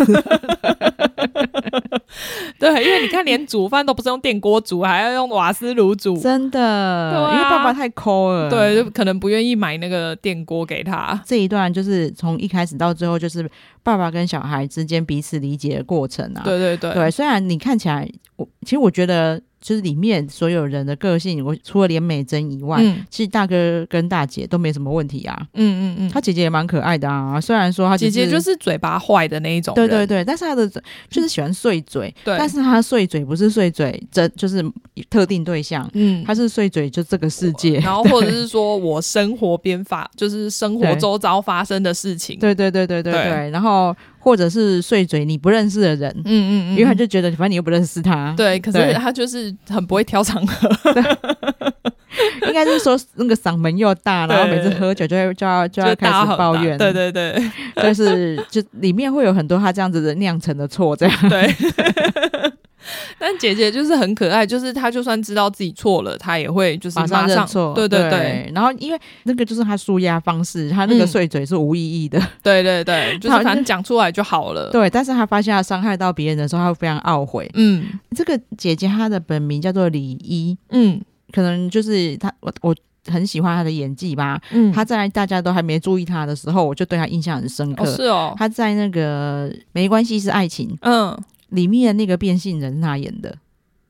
Speaker 2: 对，因为你看，连煮饭都不是用电锅煮，还要用瓦斯炉煮。
Speaker 1: [laughs] 真的，
Speaker 2: 对啊
Speaker 1: 因为爸爸太抠了。
Speaker 2: 对，，就可能不愿意买那个电锅给他。
Speaker 1: 这一段就是从一开始到最后，就是爸爸跟小孩之间彼此理解的过程啊。
Speaker 2: 对对对，
Speaker 1: 对，虽然你看起来，我其实我觉得就是里面所有人的个性，我除了连美珍以外，
Speaker 2: 嗯
Speaker 1: 其实大哥跟大姐都没什么问题啊。
Speaker 2: 嗯嗯嗯，
Speaker 1: 他姐姐也蛮可爱的啊，虽然说他
Speaker 2: 姐姐
Speaker 1: 是
Speaker 2: 就是嘴巴坏的那一种
Speaker 1: 对
Speaker 2: 人。
Speaker 1: 对对，但是他的就是喜欢碎嘴，
Speaker 2: 对
Speaker 1: 但是他的碎嘴不是碎嘴，这就是特定对象，
Speaker 2: 嗯，
Speaker 1: 他是碎嘴就这个世界。
Speaker 2: 然后或者是说我生活边发，就是生活
Speaker 1: 对
Speaker 2: 周遭发生的事情。
Speaker 1: 对对对对对
Speaker 2: 对
Speaker 1: 对，然后或者是碎嘴你不认识的人，
Speaker 2: 嗯嗯
Speaker 1: 因
Speaker 2: 嗯，
Speaker 1: 为他就觉得反正你又不认识他，，
Speaker 2: 对，可
Speaker 1: 对
Speaker 2: 是他就是很不会挑场合。
Speaker 1: 应该是说那个嗓门又大，然后每次喝酒就会就要就
Speaker 2: 就
Speaker 1: 要
Speaker 2: 是
Speaker 1: 开
Speaker 2: 大
Speaker 1: 始
Speaker 2: 吼
Speaker 1: 抱
Speaker 2: 大
Speaker 1: 怨，
Speaker 2: 对，对对 [laughs]
Speaker 1: 就是就里面会有很多他这样子的酿成的错，这样
Speaker 2: 对，但姐姐就是很可爱，就是她就算知道自己错了，她也会就是
Speaker 1: 马
Speaker 2: 上
Speaker 1: 认错，
Speaker 2: 对
Speaker 1: 对
Speaker 2: 对对，
Speaker 1: 然后因为那个就是他舒压方式，他那个
Speaker 2: 嗯
Speaker 1: 碎嘴是无意义的，
Speaker 2: 对对对，就是
Speaker 1: 好
Speaker 2: 反正讲出来就好了。
Speaker 1: 对。但是他发现他伤害到别人的时候，他会非常懊悔。
Speaker 2: 嗯
Speaker 1: 这个姐姐她的本名叫做李一，
Speaker 2: 嗯
Speaker 1: 可能就是她，我我很喜欢她的演技吧。
Speaker 2: 嗯，
Speaker 1: 她在大家都还没注意她的时候，我就对她印象很深刻。
Speaker 2: 哦是哦，
Speaker 1: 她在那个《没关系是爱情》
Speaker 2: 嗯
Speaker 1: 里面的那个变性人是她演的，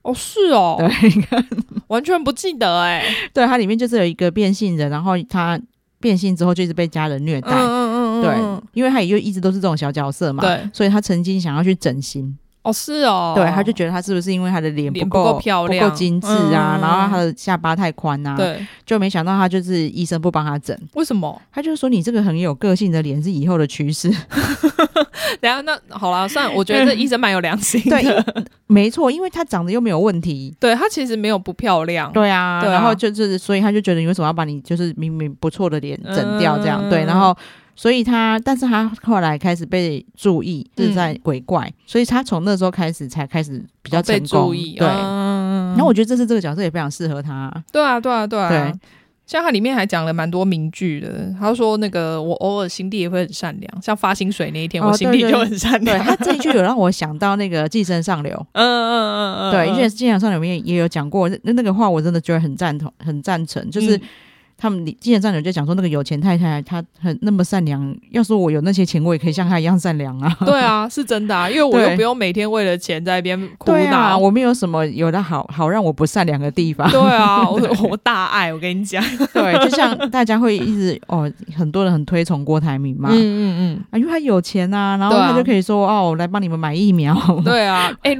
Speaker 2: 哦是哦，
Speaker 1: 对， [laughs]
Speaker 2: 完全不记得哎，
Speaker 1: 对，它里面就是有一个变性人，然后她变性之后就一直被家人虐
Speaker 2: 嗯
Speaker 1: 待，
Speaker 2: 嗯嗯嗯，嗯
Speaker 1: 对，因为她也就一直都是这种小角色嘛，
Speaker 2: 对，
Speaker 1: 所以她曾经想要去整形，
Speaker 2: 哦是哦，
Speaker 1: 对，她就觉得她是不是因为她的脸
Speaker 2: 脸不
Speaker 1: 够
Speaker 2: 够漂亮
Speaker 1: 不够精致啊，
Speaker 2: 嗯
Speaker 1: 然后她的下巴太宽啊，，
Speaker 2: 对，
Speaker 1: 就没想到她就是医生不帮她整，
Speaker 2: 为什么？
Speaker 1: 她就说你这个很有个性的脸是以后的趋势，
Speaker 2: [laughs] 等一下那好啦，算了，我觉得这医生蛮有良心的，
Speaker 1: 嗯对，因没错，因为她长得又没有问题。
Speaker 2: [laughs] 对她其实没有不漂亮，
Speaker 1: 对啊，
Speaker 2: 对啊
Speaker 1: 然后就是，所以她就觉得你为什么要把你就是明明不错的脸整掉这样？
Speaker 2: 嗯
Speaker 1: 对，然后所以她，但是她后来开始被注意是在鬼怪，所以她从那时候开始才开始比较成
Speaker 2: 嗯哦被
Speaker 1: 功。
Speaker 2: 注意，
Speaker 1: 对，
Speaker 2: 嗯，
Speaker 1: 然后我觉得这次这个角色也非常适合她。
Speaker 2: 对啊，对啊，对啊。
Speaker 1: 对
Speaker 2: 像它里面还讲了蛮多名句的，他说那个我偶尔心地也会很善良，像发薪水那一天，
Speaker 1: 哦
Speaker 2: 我心
Speaker 1: 对
Speaker 2: 地
Speaker 1: 对
Speaker 2: 就很善
Speaker 1: 对
Speaker 2: 良。
Speaker 1: 她这一句有让我想到那个《寄生上流》
Speaker 2: [laughs] 嗯嗯嗯嗯，
Speaker 1: 对，因为《
Speaker 2: 嗯
Speaker 1: 寄生上流》里面也有讲过，那那个话我真的觉得很赞同，很赞成，就是。
Speaker 2: 嗯
Speaker 1: 他们《寄生上流》就讲说，那个有钱太太她很那么善良，要说我有那些钱，我也可以像她一样善良 [laughs] 啊。
Speaker 2: 对啊，是真的啊，因为我
Speaker 1: 对
Speaker 2: 又不用每天为了钱在那边哭
Speaker 1: 对啊，
Speaker 2: 闹。
Speaker 1: 我没有什么有的好好让我不善良的地方。
Speaker 2: 对啊，我 [laughs] 我大爱，我跟
Speaker 1: [laughs]
Speaker 2: 你讲，
Speaker 1: 对，就像大家会一直哦，很多人很推崇郭台铭嘛，
Speaker 2: 嗯嗯
Speaker 1: 啊，因为他有钱啊，然后
Speaker 2: 对啊
Speaker 1: 他就可以说、哦，我来帮你们买疫苗。
Speaker 2: 嗯，对啊， [laughs] 哎、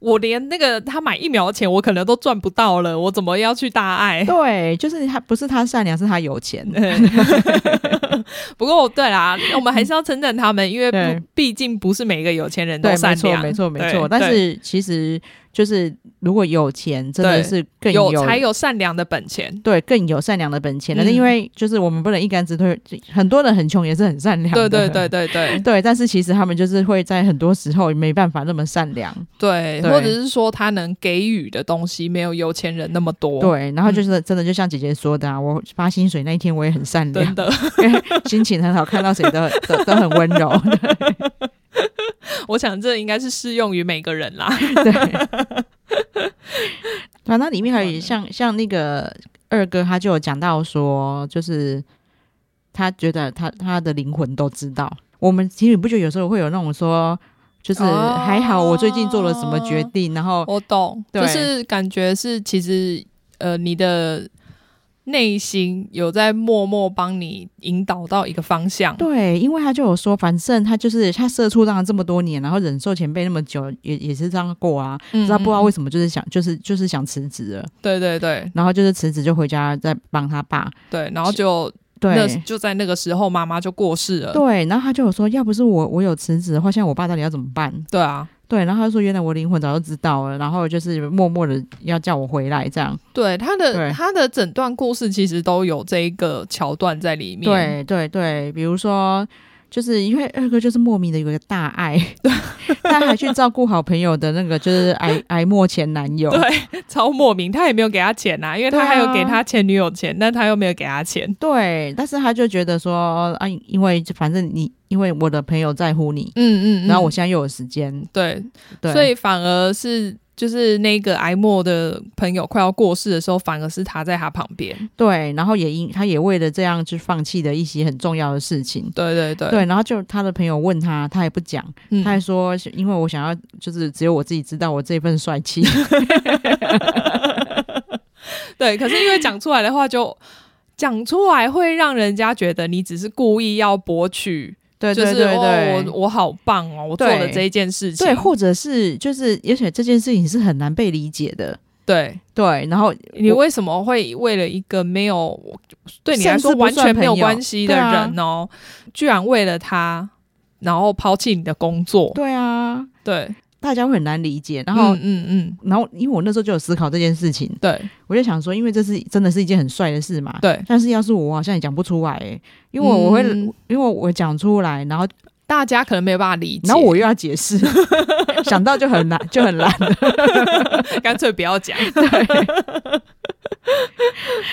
Speaker 2: 我连那个他买疫苗的钱我可能都赚不到了，我怎么要去大爱？
Speaker 1: [laughs]
Speaker 2: [laughs]
Speaker 1: 对，就是他不是他善良，是他有 [laughs] 钱。
Speaker 2: 不过对啦，我们还是要称赞他们，因为
Speaker 1: 对
Speaker 2: 不毕竟不是每个有钱人都
Speaker 1: 对，没
Speaker 2: 善
Speaker 1: 错，
Speaker 2: 良，
Speaker 1: 没错，
Speaker 2: 对
Speaker 1: 没错。但是其实就是如果有钱，真的
Speaker 2: 对
Speaker 1: 是更
Speaker 2: 有才有善良的本钱。
Speaker 1: 对更有善良的本钱。但是
Speaker 2: 嗯
Speaker 1: 因为就是我们不能一竿子推，很多人很穷也是很善良
Speaker 2: 对
Speaker 1: 的。
Speaker 2: 对对
Speaker 1: [laughs]
Speaker 2: 对对
Speaker 1: 对，但是其实他们就是会在很多时候没办法那么善良。
Speaker 2: 对，
Speaker 1: 对
Speaker 2: 或者是说他能给予的东西没有有钱人那么多。
Speaker 1: 对，然后
Speaker 2: 嗯
Speaker 1: 就是真的，就像姐姐说的啊，我发薪水那一天我也很善
Speaker 2: 真
Speaker 1: 良，
Speaker 2: 的， [laughs]
Speaker 1: [laughs] 因为心情很好，看到谁都都都很温
Speaker 2: [laughs]
Speaker 1: 柔。
Speaker 2: 我想这应该是适用于每个人啦。
Speaker 1: 对，对啊，那里面还有像像那个二哥，他就有讲到说，就是他觉得他他的灵魂都知道。我们情侣不觉得有时候会有那种说，就是
Speaker 2: 哦
Speaker 1: 还好我最近做了什么决定，然后
Speaker 2: 我懂，
Speaker 1: 对
Speaker 2: 就是感觉是其实呃你的。内心有在默默帮你引导到一个方向，
Speaker 1: 对，因为他就有说，反正他就是他社畜当了这么多年，然后忍受前辈那么久，也也是这样过啊。
Speaker 2: 嗯
Speaker 1: 知道不知道
Speaker 2: 嗯
Speaker 1: 为什么就是想就是就是想辞职了，
Speaker 2: 对对对
Speaker 1: 然后就是辞职就回家再帮他爸。
Speaker 2: 对，然后就那呃
Speaker 1: 对
Speaker 2: 就在那个时候，妈妈就过世了。
Speaker 1: 对，然后他就有说，要不是我我有辞职的话，现在我爸到底要怎么办？
Speaker 2: 对啊，
Speaker 1: 对，然后他说原来我灵魂早就知道了，然后就是默默的要叫我回来这样。
Speaker 2: 对他的
Speaker 1: 对
Speaker 2: 他的整段故事其实都有这一个桥段在里面。
Speaker 1: 对对对，比如说。就是因为二哥就是莫名的有一个大爱， [laughs] 他还去照顾好朋友的那个就是
Speaker 2: [laughs]
Speaker 1: 癌癌末前男友，
Speaker 2: 对，超莫名，他也没有给他钱呐、因为
Speaker 1: 对
Speaker 2: 他
Speaker 1: 啊
Speaker 2: 还有给他前女友钱，但他又没有给他钱。
Speaker 1: 对，但是他就觉得说啊，因为反正你因为我的朋友在乎你，
Speaker 2: 嗯
Speaker 1: 然后我现在又有时间，
Speaker 2: 对，
Speaker 1: 对，
Speaker 2: 所以反而是就是那个癌末的朋友快要过世的时候，反而是他在他旁边。
Speaker 1: 对，然后也因他也为了这样就放弃了一些很重要的事情。
Speaker 2: 对对对，
Speaker 1: 对，然后就他的朋友问他，他也不讲，
Speaker 2: 嗯
Speaker 1: 他还说，因为我想要，就是只有我自己知道我这份帅
Speaker 2: [laughs]
Speaker 1: 气。
Speaker 2: 对，可是因为讲出来的话就。讲出来会让人家觉得你只是故意要博取，
Speaker 1: 对对
Speaker 2: 就是
Speaker 1: 对
Speaker 2: 哦
Speaker 1: 对，，
Speaker 2: 我我好棒哦，我做
Speaker 1: 对
Speaker 2: 了这一件事情，
Speaker 1: 对，或者是就是，而且这件事情是很难被理解的。
Speaker 2: 对，
Speaker 1: 对，然后
Speaker 2: 你
Speaker 1: 我
Speaker 2: 为什么会为了一个没有对你来
Speaker 1: 甚
Speaker 2: 说
Speaker 1: 至不
Speaker 2: 完
Speaker 1: 算
Speaker 2: 全没有
Speaker 1: 朋友
Speaker 2: 关系的人哦，居然为了他，然后抛弃你的工作？
Speaker 1: 对啊，
Speaker 2: 对，
Speaker 1: 大家会很难理解。然后，
Speaker 2: 嗯嗯嗯，
Speaker 1: 然后因为我那时候就有思考这件事情，
Speaker 2: 对
Speaker 1: 我就想说，因为这是真的是一件很帅的事嘛。
Speaker 2: 对，
Speaker 1: 但是要是我，好像也讲不出来、欸，因为我我会，
Speaker 2: 嗯
Speaker 1: 因为我讲出来，然后
Speaker 2: 大家可能没有办法理解。
Speaker 1: 然后我又要解 [laughs] 释，想到就很难，就很难。
Speaker 2: 干脆不要讲，
Speaker 1: [laughs]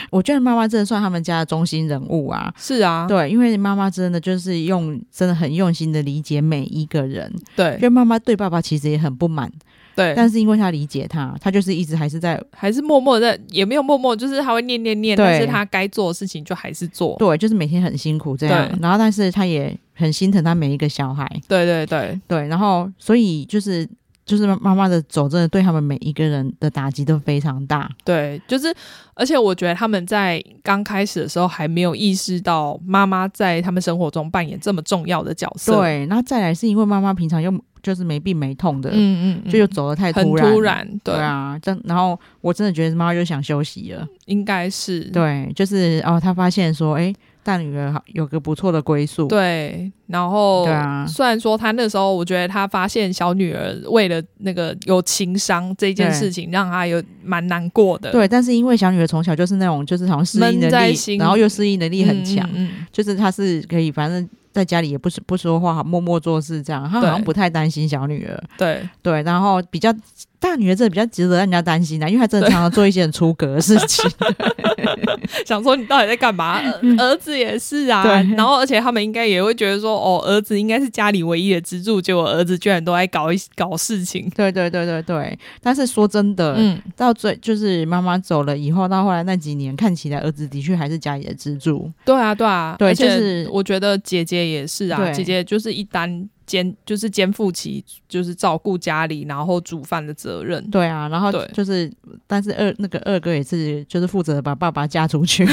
Speaker 1: 我觉得妈妈真的算他们家的中心人物啊。
Speaker 2: 是啊，
Speaker 1: 对，因为妈妈真的就是用真的很用心的理解每一个人，
Speaker 2: 对
Speaker 1: 因为妈妈对爸爸其实也很不满，
Speaker 2: 对，
Speaker 1: 但是因为她理解他，她就是一直还是在
Speaker 2: 还是默默的，也没有默默，就是他会念念念，
Speaker 1: 对
Speaker 2: 但是他该做的事情就还是做。
Speaker 1: 对，就是每天很辛苦这样
Speaker 2: 对，
Speaker 1: 然后但是她也很心疼她每一个小孩，
Speaker 2: 对对对
Speaker 1: 对，然后所以就是就是妈妈的走，真的对他们每一个人的打击都非常大，
Speaker 2: 对，就是，而且我觉得他们在刚开始的时候还没有意识到妈妈在他们生活中扮演这么重要的角色。，
Speaker 1: 对，然后再来是因为妈妈平常又就是没病没痛的，
Speaker 2: 嗯嗯嗯，
Speaker 1: 就又走的太
Speaker 2: 很
Speaker 1: 然，
Speaker 2: 突然，对，嗯
Speaker 1: 对啊，真然后我真的觉得妈妈就想休息了，
Speaker 2: 应该是
Speaker 1: 对，就是哦，她发现说，哎，大女儿好有个不错的归宿，
Speaker 2: 对，然后
Speaker 1: 对啊
Speaker 2: 虽然说他那时候，我觉得他发现小女儿为了那个有情商这件
Speaker 1: 对
Speaker 2: 事情，让他有蛮难过的，
Speaker 1: 对，但是因为小女儿从小就是那种就是好像适应
Speaker 2: 闷在
Speaker 1: 能力，
Speaker 2: 心
Speaker 1: 然后又适应能力很强，
Speaker 2: 嗯，嗯嗯
Speaker 1: 就是她是可以反正。在家里也不是不说话，默默做事这样，她好像
Speaker 2: 对
Speaker 1: 不太担心小女儿。
Speaker 2: 对
Speaker 1: 对，然后比较大女儿真的比较值得让人家担心啊的、因为她真的常常做一些很出格的事情。
Speaker 2: [laughs] 想说你到底在
Speaker 1: [laughs]
Speaker 2: 干嘛？呃儿子也是啊，
Speaker 1: 对
Speaker 2: 然后而且他们应该也会觉得说，哦，儿子应该是家里唯一的支柱，结果儿子居然都在搞一搞事情。
Speaker 1: 对对对对对，但是说真的，
Speaker 2: 嗯，
Speaker 1: 到最就是妈妈走了以后，到后来那几年，看起来儿子的确还是家里的支柱。
Speaker 2: 对啊，对啊，
Speaker 1: 对
Speaker 2: 而且
Speaker 1: 就是
Speaker 2: 我觉得姐姐也是啊，
Speaker 1: 对
Speaker 2: 姐姐就是一担肩，就是肩负起就是照顾家里，然后煮饭的责任。
Speaker 1: 对啊，然后
Speaker 2: 对
Speaker 1: 就是，但是二那个二哥也是，就是负责把爸爸嫁出
Speaker 2: [laughs]
Speaker 1: 去。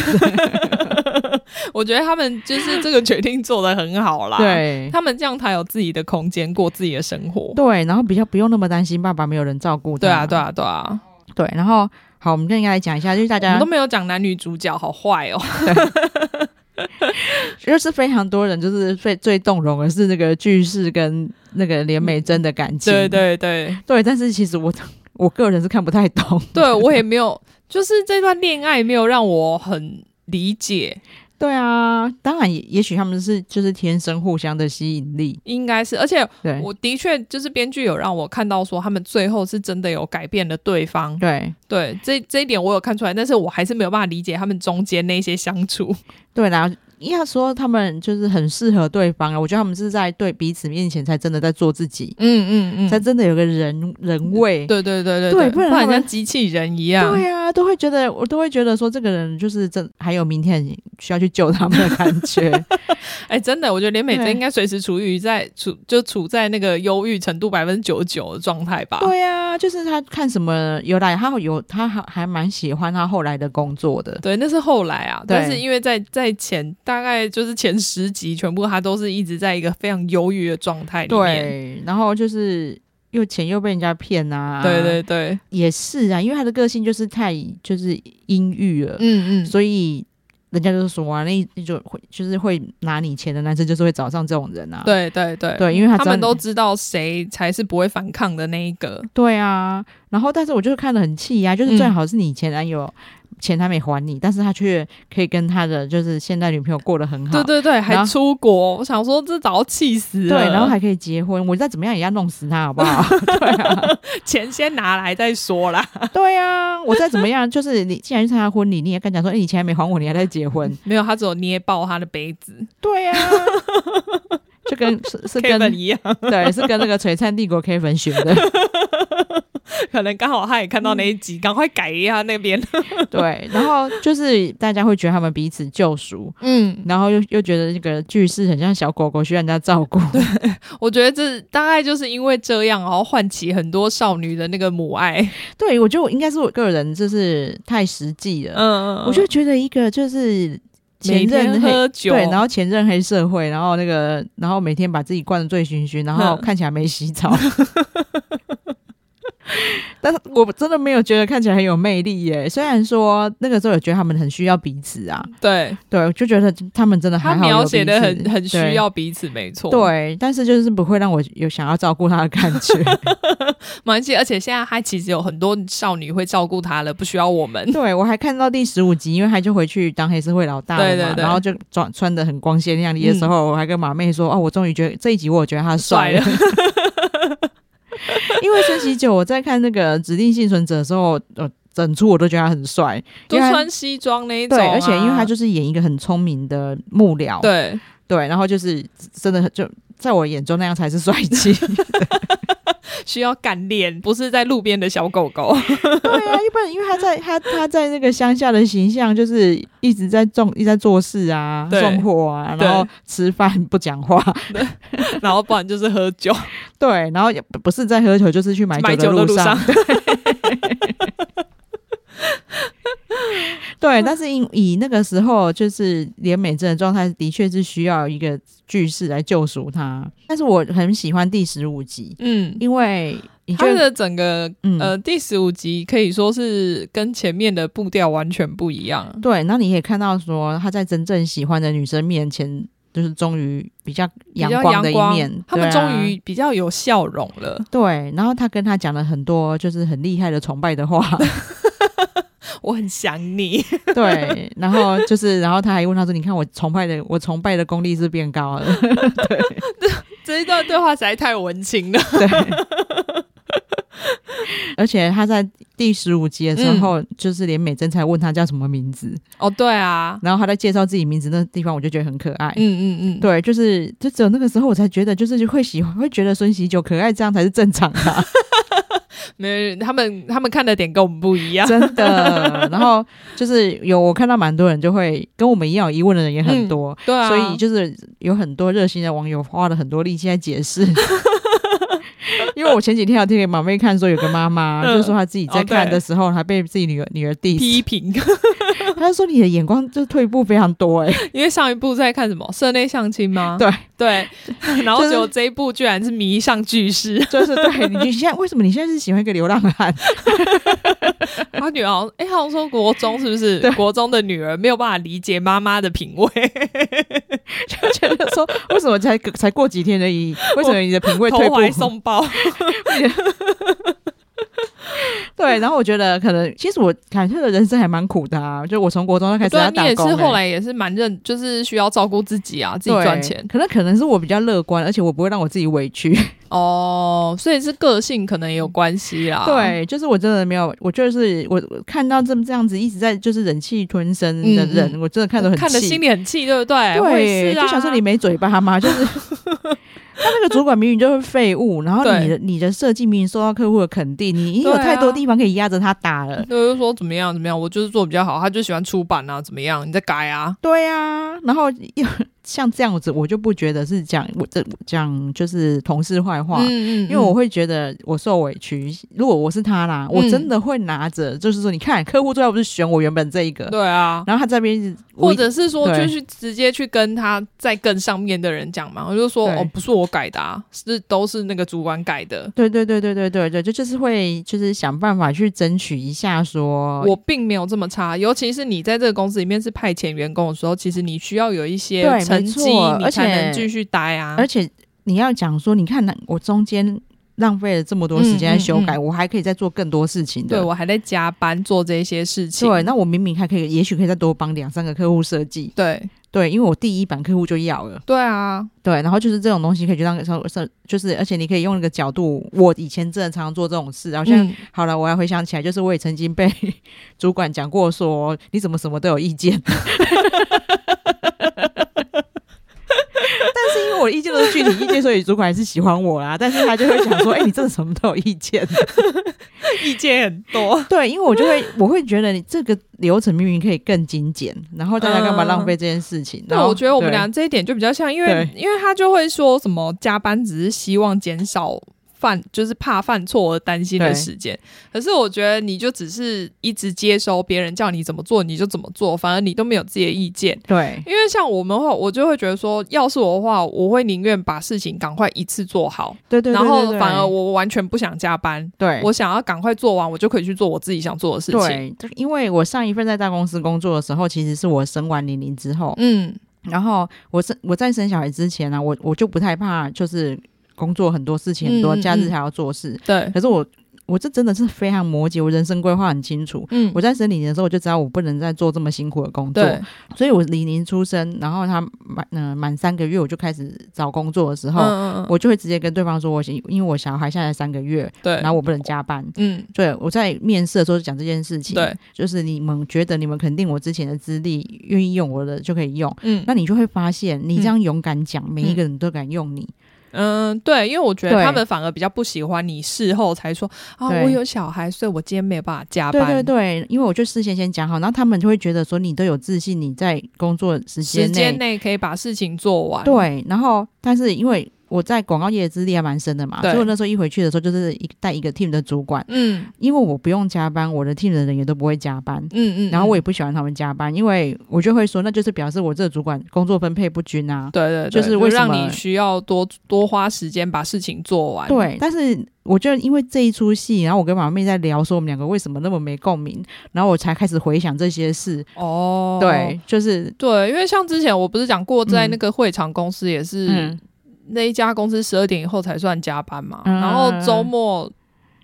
Speaker 2: 我觉得他们就是这个决定做的很好啦，，
Speaker 1: 对
Speaker 2: 他们这样才有自己的空间过自己的生活。
Speaker 1: 对，然后比较不用那么担心爸爸没有人照顾。
Speaker 2: 对啊，对，啊，对啊，
Speaker 1: 对。然后好，我们现在来讲一下，就是大
Speaker 2: 我们
Speaker 1: 家
Speaker 2: 都没有讲男女主角，好坏哦。
Speaker 1: 就是非常多人就是最最动容的是那个句式跟那个连美珍的感情。
Speaker 2: 对对对，
Speaker 1: [laughs] 对，但是其实我我个人是看不太懂。
Speaker 2: 对我也没有，就是这段恋爱没有让我很理解，
Speaker 1: 对啊，当然也也许他们是就是天生互相的吸引力。
Speaker 2: 应该是，而且
Speaker 1: 对
Speaker 2: 我的确就是编剧有让我看到说他们最后是真的有改变了对方，
Speaker 1: 对
Speaker 2: 对这这一点我有看出来，但是我还是没有办法理解他们中间那些相处，
Speaker 1: 对啦，要说他们就是很适合对方啊，我觉得他们是在对彼此面前才真的在做自己，
Speaker 2: 嗯嗯嗯
Speaker 1: 才真的有个人人味。
Speaker 2: [laughs] 对对对对
Speaker 1: 对
Speaker 2: 对，
Speaker 1: 不然他
Speaker 2: 然
Speaker 1: 们
Speaker 2: 像机器人一样，
Speaker 1: 对啊，都会觉得我都会觉得说这个人就是真还有明天需要去救他们的感
Speaker 2: [laughs]
Speaker 1: 觉。
Speaker 2: 哎、真的，我觉得连美珍
Speaker 1: 对
Speaker 2: 应该随时处于在处就处在那个忧郁程度百分之九十九的状态吧，
Speaker 1: 对啊，就是他看什么有来，他有他还还蛮喜欢他后来的工作的。
Speaker 2: 对，那是后来啊，
Speaker 1: 对
Speaker 2: 但是因为在在前大概就是前十集，全部他都是一直在一个非常忧郁的状态里面。
Speaker 1: 对，然后就是又钱又被人家骗啊，
Speaker 2: 对对对，
Speaker 1: 也是啊，因为他的个性就是太就是阴郁了，
Speaker 2: 嗯嗯，
Speaker 1: 所以人家就是说啊，那那就会就是会拿你钱的男生就是会找上这种人啊，
Speaker 2: 对对对，
Speaker 1: 对，因为他知
Speaker 2: 他
Speaker 1: 道
Speaker 2: 们
Speaker 1: 你
Speaker 2: 都知道谁才是不会反抗的那一个。
Speaker 1: 对啊，然后但是我就是看得很气啊，就是最
Speaker 2: 嗯
Speaker 1: 好是你前男友。钱他没还你，但是他却可以跟他的就是现在女朋友过得很好，
Speaker 2: 对对对，还
Speaker 1: 然后
Speaker 2: 出国，我想说这早气死了。
Speaker 1: 对然后还可以结婚，我再怎么样也要弄死他，好不好？ [laughs]
Speaker 2: 钱先拿来再说啦。
Speaker 1: 对啊，我再怎么样，就是你既然去参加婚礼，你也跟他讲说，哎、你钱还没还我，你还在结
Speaker 2: [laughs]
Speaker 1: 婚？
Speaker 2: 没有，他只有捏爆他的杯子，
Speaker 1: 对啊， [laughs] 就跟是是跟
Speaker 2: 跟本一样。
Speaker 1: 对，是跟那个《璀璨帝国》K 粉学的。
Speaker 2: 可能刚好他也看到那一集，赶快改一下那 [laughs] 边。
Speaker 1: 对，然后就是大家会觉得他们彼此救赎，
Speaker 2: 嗯，
Speaker 1: 然后又又觉得那个句式很像小狗狗，需要人家照顾。
Speaker 2: 我觉得这大概就是因为这样，然后唤起很多少女的那个母爱。
Speaker 1: [laughs] 对，我觉得我应该是我个人就是太实际了，
Speaker 2: [laughs] 嗯
Speaker 1: 我就觉得一个就是前
Speaker 2: 每天
Speaker 1: 任黑。
Speaker 2: 喝酒，
Speaker 1: 对，然后前任黑社会，然后那个，
Speaker 2: [laughs]
Speaker 1: 然后每天把自己灌得醉醺醺，然后
Speaker 2: 嗯
Speaker 1: 看起来没洗澡，但是我真的没有觉得看起来很有魅力耶。虽然说那个时候有觉得他们很需要彼此啊，
Speaker 2: 对
Speaker 1: 对，我就觉得他们真的还
Speaker 2: 他
Speaker 1: 好有
Speaker 2: 描
Speaker 1: 彼
Speaker 2: 写的
Speaker 1: 此
Speaker 2: 很很需
Speaker 1: 对
Speaker 2: 要彼此，没错，，
Speaker 1: 对，但是就是不会让我有想要照顾他的感
Speaker 2: [laughs]
Speaker 1: 觉。
Speaker 2: 没关系。而且现在他其实有很多少女会照顾他了，不需要我们。
Speaker 1: 对我还看到第十五集，因为他就回去当黑社会老大了嘛，
Speaker 2: 对对嗯对
Speaker 1: 然后就穿穿的很光鲜亮丽的时候，我还跟马妹说：“哦，我终于觉得这一集我觉得他帅了。” [laughs] 因为孙喜九，我在看那个指定幸存者的时候，呃，整出我都觉得他很帅，
Speaker 2: 都
Speaker 1: 因为他
Speaker 2: 穿西装那一种、
Speaker 1: 对，
Speaker 2: 啊，
Speaker 1: 而且因为他就是演一个很聪明的幕僚，
Speaker 2: 对
Speaker 1: 对，然后就是真的很就在我眼中那样才是帅气。
Speaker 2: 需要干练，不是在路边的小狗 [laughs] 狗。
Speaker 1: 对啊，一般因为他在他他在那个乡下的形象就是一直在种一直在做事啊，
Speaker 2: 对
Speaker 1: 送货啊，
Speaker 2: 对
Speaker 1: 然后吃饭不讲话， [laughs]
Speaker 2: 然后不然就是喝酒，
Speaker 1: 对，然后也不不是在喝酒就是去买
Speaker 2: 买
Speaker 1: 酒
Speaker 2: 酒的
Speaker 1: 的
Speaker 2: 路
Speaker 1: 上
Speaker 2: 上，
Speaker 1: [laughs] 对。但是因以那个时候就是连美珍的状态，的确是需要一个句式来救赎他。但是我很喜欢第十五集，
Speaker 2: 嗯。
Speaker 1: 因为你觉
Speaker 2: [laughs] 他
Speaker 1: 得
Speaker 2: 的整个
Speaker 1: 嗯。
Speaker 2: 呃第十五集可以说是跟前面的步调完全不一样，
Speaker 1: 对，那你也看到说他在真正喜欢的女生面前，就是终于比较
Speaker 2: 比较
Speaker 1: 阳光的一
Speaker 2: 阳
Speaker 1: 面
Speaker 2: 光，他们
Speaker 1: 对啊
Speaker 2: 终于比较有笑容了。
Speaker 1: 对，然后他跟他讲了很多就是很厉害的崇拜的话，
Speaker 2: [laughs]
Speaker 1: [laughs]
Speaker 2: 我很想你，
Speaker 1: 对，然后就是，然后他还问他说：“你看我崇拜的，我崇拜的功力是变高了。
Speaker 2: [laughs]
Speaker 1: [laughs]
Speaker 2: 这一段对话实在太文青了。”
Speaker 1: 对，而且他在第十五集的时候，就是连美珍才问他叫什么名字，
Speaker 2: 哦，对啊，
Speaker 1: 然后他在介绍自己名字那地方，我就觉得很可爱。
Speaker 2: 嗯嗯嗯，
Speaker 1: 对，就是就只有那个时候我才觉得，就是会喜欢，会觉得孙喜九可爱，这样才是正常的啊、
Speaker 2: 没有他们他们看的点跟我们不 [laughs] 一样，
Speaker 1: 真的。然后就是有我看到蛮多人就会跟我们一样有疑问的人也很多，
Speaker 2: 对啊，
Speaker 1: 所以就是有很多热心的网友花了很多力气在解释。 [laughs] 因为我前几天有听给马妹看，说有个妈妈、
Speaker 2: 嗯
Speaker 1: 就说她自己在
Speaker 2: 哦对
Speaker 1: 看的时候，还被自己女儿女儿 diss，
Speaker 2: 批评，
Speaker 1: [laughs] 她就说你的眼光就退步非常多哎、欸 [laughs]
Speaker 2: 因为上一部在看什么室内相亲吗？
Speaker 1: 对
Speaker 2: [laughs] 对，然后
Speaker 1: 就是
Speaker 2: 结果这一部居然是迷上句 [laughs] 式，
Speaker 1: 就是对你现在为什么你现在是喜欢一个流浪汉？
Speaker 2: 他女儿好像，哎、好像说国中是不是？国中的女儿没有办法理解妈妈的品味，
Speaker 1: 就觉得说为什么才才过几天而已，为什么你的品味
Speaker 2: 投
Speaker 1: 退步？
Speaker 2: 怀送抱。
Speaker 1: 对，然后我觉得可能其实我凯特的人生还蛮苦的啊，就我从国中就开始
Speaker 2: 对啊，
Speaker 1: 要
Speaker 2: 你
Speaker 1: 打
Speaker 2: 也
Speaker 1: 工、欸，
Speaker 2: 是后来也是蛮认，就是需要照顾自己啊，自己赚钱
Speaker 1: 对可能可能是我比较乐观，而且我不会让我自己委屈。
Speaker 2: 哦，所以是个性可能也有关系啦。，
Speaker 1: 对，就是我真的没有，我就是我我看到这么这样子一直在就是忍气吞声的
Speaker 2: 嗯嗯
Speaker 1: 人，我真的看得很
Speaker 2: 看得
Speaker 1: 气
Speaker 2: 心里很气，对不对？我也
Speaker 1: 对，
Speaker 2: 是啊，
Speaker 1: 就想说你没嘴巴吗？就是 [laughs] 他那个主管明明就是废物，然后
Speaker 2: 对
Speaker 1: 你的你的设计明明受到客户的肯定，你你有
Speaker 2: 对啊
Speaker 1: 太多地方可以压着他打了。
Speaker 2: 就是说怎么样怎么样，我就是做比较好，他就喜欢出版啊，怎么样？你再改啊，
Speaker 1: 对啊，然后 [laughs] 又像这样子，我就不觉得是讲我这讲就是同事坏话。
Speaker 2: 嗯
Speaker 1: 因为我会觉得我受委屈，如果我是他啦，我
Speaker 2: 嗯
Speaker 1: 真的会拿着，就是说，你看客户最后不是选我原本这一个，
Speaker 2: 对啊，
Speaker 1: 然后他这边一直
Speaker 2: 或者是说，
Speaker 1: 对
Speaker 2: 就去直接去跟他在更上面的人讲嘛，我就说
Speaker 1: 对
Speaker 2: 哦，不是我改的、啊，是都是那个主管改的，
Speaker 1: 对对对对对对对，就就是会就是想办法去争取一下说，
Speaker 2: 我并没有这么差。尤其是你在这个公司里面是派遣员工的时候，其实你需要有一些
Speaker 1: 对没
Speaker 2: 成绩，
Speaker 1: 错
Speaker 2: 你
Speaker 1: 而
Speaker 2: 才能
Speaker 1: 且
Speaker 2: 继续待啊。
Speaker 1: 而且你要讲说，你看我中间浪费了这么多时间在修改，我还可以再做更多事情
Speaker 2: 嗯对
Speaker 1: 的。
Speaker 2: 我还在加班做这些事情，
Speaker 1: 对，那我明明还可以，也许可以再多帮两三个客户设计。
Speaker 2: 对
Speaker 1: 对，因为我第一版客户就要了。
Speaker 2: 对啊，
Speaker 1: 对，然后就是这种东西可以去让稍稍就是，而且你可以用那个角度。我以前真的常常做这种事，好像、
Speaker 2: 嗯
Speaker 1: 好了，我还回想起来，就是我也曾经被 [laughs] 主管讲过说，你怎么什么都有意见。 [laughs] 但是因为我的意见都是具体意见，所以主管还是喜欢我啦。但是他就会想说，哎、你真的什么都有意见。。
Speaker 2: 意见很多
Speaker 1: 对，因为我就会我会觉得你这个流程明明可以更精简，然后大家干嘛浪费这件事情？
Speaker 2: 对，
Speaker 1: 然后
Speaker 2: 我觉得我们
Speaker 1: 对
Speaker 2: 俩这一点就比较像，因为因为他就会说什么加班只是希望减少犯就是怕犯错而担心的
Speaker 1: 对
Speaker 2: 时间。可是我觉得你就只是一直接收别人叫你怎么做你就怎么做，反而你都没有自己的意见。
Speaker 1: 对
Speaker 2: 因为像我们的话，我就会觉得说，要是我的话，我会宁愿把事情赶快一次做好，
Speaker 1: 对对，
Speaker 2: 然后
Speaker 1: 对
Speaker 2: 反而我完全不想加班，
Speaker 1: 对
Speaker 2: 我想要赶快做完，我就可以去做我自己想做的事情。
Speaker 1: 对，就是因为我上一份在大公司工作的时候，其实是我生完玲玲之后，
Speaker 2: 嗯，
Speaker 1: 然后我生我在生小孩之前呢、我我就不太怕，就是工作很多事情很多，
Speaker 2: 嗯嗯
Speaker 1: 假日
Speaker 2: 嗯
Speaker 1: 还要做事。
Speaker 2: 对，
Speaker 1: 可是我我这真的是非常摩羯，我人生规划很清楚。
Speaker 2: 嗯，
Speaker 1: 我在生李宁的时候，我就知道我不能再做这么辛苦的工作，
Speaker 2: 对，
Speaker 1: 所以我李宁出生，然后他满嗯、满三个月，我就开始找工作的时候，
Speaker 2: 嗯嗯嗯，
Speaker 1: 我就会直接跟对方说，我因因为我小孩现在三个月，
Speaker 2: 对，
Speaker 1: 然后我不能加班。
Speaker 2: 嗯，
Speaker 1: 对，我在面试的时候就讲这件事情，
Speaker 2: 对，
Speaker 1: 就是你们觉得你们肯定我之前的资历，愿意用我的就可以用，
Speaker 2: 嗯
Speaker 1: 那你就会发现，你这样勇敢讲，每一
Speaker 2: 嗯
Speaker 1: 个人都敢用你。
Speaker 2: 嗯，对，因为我觉得
Speaker 1: 对
Speaker 2: 他们反而比较不喜欢你事后才说啊，
Speaker 1: 对
Speaker 2: 我有小孩，所以我今天没有办法加
Speaker 1: 对
Speaker 2: 班。
Speaker 1: 对对，因为我就事先先讲好，然后他们就会觉得说你都有自信，你在工作时
Speaker 2: 时
Speaker 1: 间内
Speaker 2: 间内可以把事情做完。
Speaker 1: 对，然后但是因为我在广告业的资历还蛮深的嘛，
Speaker 2: 对
Speaker 1: 所以我那时候一回去的时候就是一带一个 team 的主管，
Speaker 2: 嗯，
Speaker 1: 因为我不用加班，我的 team 的人也都不会加班。
Speaker 2: 嗯嗯嗯，
Speaker 1: 然后我也不喜欢他们加班，因为我就会说，那就是表示我这个主管工作分配不均啊。
Speaker 2: 对对对，
Speaker 1: 就是为什
Speaker 2: 让
Speaker 1: 么
Speaker 2: 你需要多多花时间把事情做完。
Speaker 1: 对，但是我觉得因为这一出戏，然后我跟马妹在聊说我们两个为什么那么没共鸣，然后我才开始回想这些事。
Speaker 2: 哦，
Speaker 1: 对，就是
Speaker 2: 对，因为像之前我不是讲过，在那个会场公司也是、
Speaker 1: 嗯，
Speaker 2: 那一家公司十二点以后才算加班嘛，
Speaker 1: 嗯
Speaker 2: 然后周末。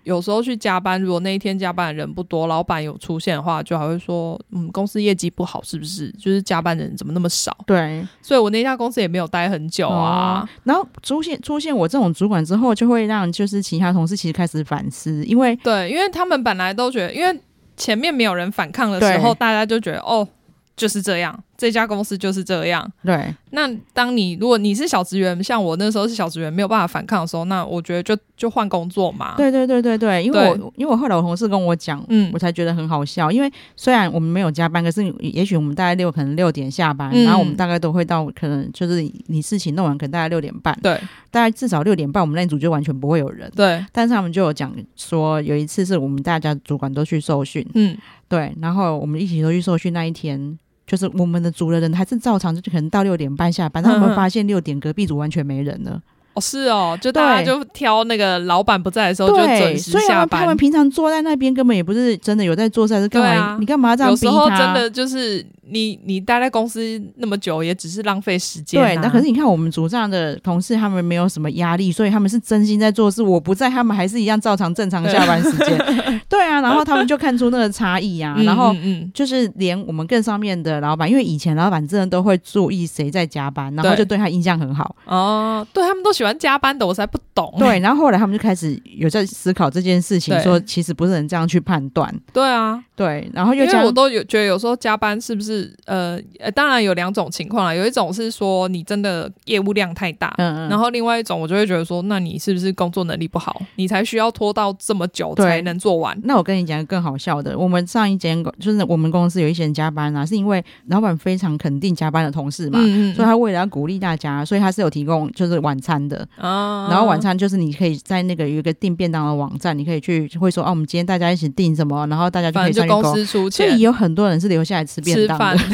Speaker 2: 有时候去加班，如果那一天加班的人不多，老板有出现的话，就还会说，嗯，公司业绩不好，是不是？就是加班的人怎么那么少？
Speaker 1: 对，
Speaker 2: 所以我那家公司也没有待很久啊
Speaker 1: 哦。然后出现出现我这种主管之后，就会让就是其他同事其实开始反思，因为
Speaker 2: 对，因为他们本来都觉得，因为前面没有人反抗的时候，
Speaker 1: 对
Speaker 2: 大家就觉得，哦，就是这样，这家公司就是这样。
Speaker 1: 对，
Speaker 2: 那当你如果你是小职员，像我那时候是小职员，没有办法反抗的时候，那我觉得就就换工作嘛。，
Speaker 1: 对对对对对，因为
Speaker 2: 对
Speaker 1: 我因为我后来我同事跟我讲，
Speaker 2: 嗯
Speaker 1: 我才觉得很好笑。因为虽然我们没有加班，可是也许我们大概六可能六点下班，
Speaker 2: 嗯
Speaker 1: 然后我们大概都会到可能就是你事情弄完，可能大概六点半，
Speaker 2: 对
Speaker 1: 大概至少六点半，我们那一组就完全不会有人。
Speaker 2: 对，
Speaker 1: 但是他们就有讲说，有一次是我们大家主管都去受训，
Speaker 2: 嗯，
Speaker 1: 对，然后我们一起都去受训那一天。就是我们的组的人还是照常，就可能到六点半下班。但他
Speaker 2: 嗯
Speaker 1: 们
Speaker 2: 嗯
Speaker 1: 发现六点隔壁组完全没人了，
Speaker 2: 哦是哦，就大家
Speaker 1: 对
Speaker 2: 就挑那个老板不在的时候就
Speaker 1: 对，
Speaker 2: 准时
Speaker 1: 所以他
Speaker 2: 下
Speaker 1: 们他
Speaker 2: 班
Speaker 1: 们。平常坐在那边根本也不是真的有在做事，还是干嘛？
Speaker 2: 对啊
Speaker 1: 你干嘛这样
Speaker 2: 有
Speaker 1: 逼
Speaker 2: 时候
Speaker 1: 他？
Speaker 2: 真的就是你你待在公司那么久，也只是浪费时间、啊。
Speaker 1: 对，那可是你看我们组上的同事，他们没有什么压力，所以他们是真心在做事。我不在，他们还是一样照常正常下班时间。对啊，然后他们就看出那个差异
Speaker 2: [laughs]
Speaker 1: 啊，
Speaker 2: 嗯，
Speaker 1: 然后
Speaker 2: 嗯。嗯
Speaker 1: 就是连我们更上面的老板，因为以前老板真的都会注意谁在加班，然后
Speaker 2: 对
Speaker 1: 就对他印象很好。
Speaker 2: 哦，对他们都喜欢加班的，我才不懂。
Speaker 1: 对，然后后来他们就开始有在思考这件事情，
Speaker 2: 对
Speaker 1: 说其实不是能这样去判断。
Speaker 2: 对啊，
Speaker 1: 对，然后
Speaker 2: 因
Speaker 1: 又
Speaker 2: 为
Speaker 1: 加
Speaker 2: 我都有觉得有时候加班是不是呃呃，当然有两种情况啦，有一种是说你真的业务量太大，
Speaker 1: 嗯嗯，
Speaker 2: 然后另外一种我就会觉得说，那你是不是工作能力不好，你才需要拖到这么久
Speaker 1: 对
Speaker 2: 才能做完？
Speaker 1: 那我跟你讲个更好笑的，我们上一间公就是我们公司有一些人加班啊，是因为老板非常肯定加班的同事嘛，
Speaker 2: 嗯
Speaker 1: 所以他为了要鼓励大家，所以他是有提供就是晚餐的。
Speaker 2: 啊
Speaker 1: 然后晚餐就是你可以在那个有一个订便当的网站，你可以去会说哦，我们今天大家一起订什么，然后大家就可
Speaker 2: 反
Speaker 1: 以
Speaker 2: 正
Speaker 1: 上
Speaker 2: 就
Speaker 1: 去
Speaker 2: 公司出
Speaker 1: 所以
Speaker 2: 钱
Speaker 1: 有很多人是留下来吃便
Speaker 2: 吃
Speaker 1: 当
Speaker 2: 饭
Speaker 1: 的。，啊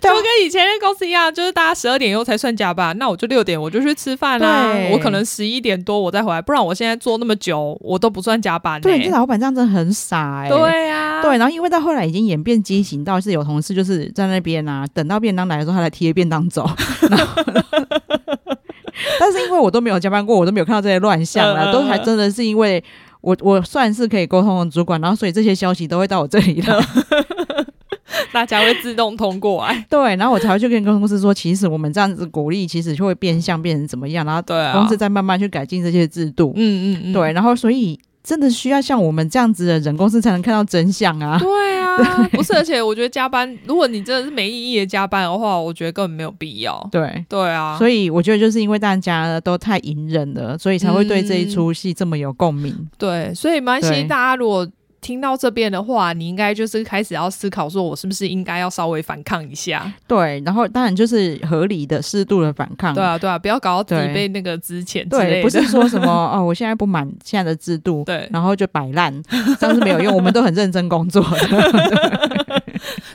Speaker 2: 就跟以前的公司一样，就是大家十二点以后才算加班，那我就六点我就去吃饭啦、
Speaker 1: 对
Speaker 2: 我可能十一点多我再回来，不然我现在做那么久，我都不算加班、欸。
Speaker 1: 对，这老板这样真的很傻哎、
Speaker 2: 对啊，
Speaker 1: 对，然后因为到后来已经演变畸形到是有同事就是在那边啊，等到便当来的时候，他来贴便当走。然
Speaker 2: [laughs]
Speaker 1: 后但是因为我都没有加班过，我都没有看到这些乱象
Speaker 2: 嗯嗯
Speaker 1: 啦，
Speaker 2: 嗯
Speaker 1: 都还真的是因为我我算是可以沟通的主管，然后所以这些消息都会到我这里
Speaker 2: 嗯
Speaker 1: 了。
Speaker 2: 大家会自动通过哎来。
Speaker 1: [laughs] 对，然后我才会去跟公司说，其实我们这样子鼓励，其实就会变相变成怎么样，然后
Speaker 2: 对啊
Speaker 1: 公司再慢慢去改进这些制度。
Speaker 2: 嗯嗯嗯，
Speaker 1: 对，然后所以真的需要像我们这样子的人，公司才能看到真相啊。
Speaker 2: 对啊，不是，而且我觉得加班，如果你真的是没意义的加班的话，我觉得根本没有必要。
Speaker 1: [laughs] 对。
Speaker 2: 对啊，
Speaker 1: 所以我觉得就是因为大家都太隐忍了，所以才会对这一出戏这么有共鸣。
Speaker 2: 对，所以蛮希
Speaker 1: 对
Speaker 2: 大家如果。听到这边的话，你应该就是开始要思考，说我是不是应该要稍微反抗一下？
Speaker 1: 对，然后当然就是合理的、适度的反抗。
Speaker 2: 对啊，对啊，不要搞到自己
Speaker 1: 对
Speaker 2: 被那个之前之类
Speaker 1: 对，
Speaker 2: 的。
Speaker 1: 不是说什么 [laughs] 哦，我现在不满现在的制度，
Speaker 2: 对
Speaker 1: 然后就摆 [laughs] 烂，这样是没有用。我们都很认真工作 [laughs] 的，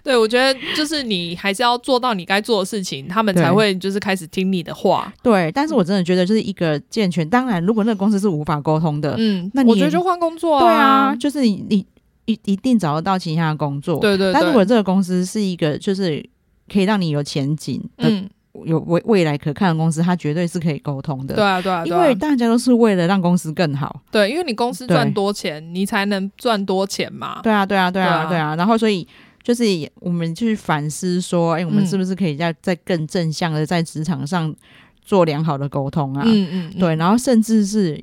Speaker 2: 对，我觉得就是你还是要做到你该做的事情，他们
Speaker 1: 对
Speaker 2: 才会就是开始听你的话。
Speaker 1: 对。但是我真的觉得，就是一个健全。当然，如果那个公司是无法沟通的，
Speaker 2: 嗯，
Speaker 1: 呃那
Speaker 2: 我
Speaker 1: 你也
Speaker 2: 觉得就换工作
Speaker 1: 对啊，，就是你你一一定找得到其他的工作。
Speaker 2: 对对
Speaker 1: 但如
Speaker 2: 对，
Speaker 1: 果这个公司是一个就是可以让你有前景的、
Speaker 2: 嗯，
Speaker 1: 有未未来可看的公司，它绝对是可以沟通的。
Speaker 2: 对啊，对啊，对
Speaker 1: 呃因
Speaker 2: 啊
Speaker 1: 为大家都是为了让公司更好。
Speaker 2: 对，因为你公司赚
Speaker 1: 对
Speaker 2: 多钱，你才能赚多钱嘛。
Speaker 1: 对啊，对啊，对
Speaker 2: 对
Speaker 1: 啊，
Speaker 2: 啊
Speaker 1: 对啊。然后所以就是也我们去反思说，哎、我们
Speaker 2: 嗯
Speaker 1: 是不是可以在在更正向的在职场上做良好的沟通啊？
Speaker 2: 嗯嗯，嗯
Speaker 1: 对，然后甚至是。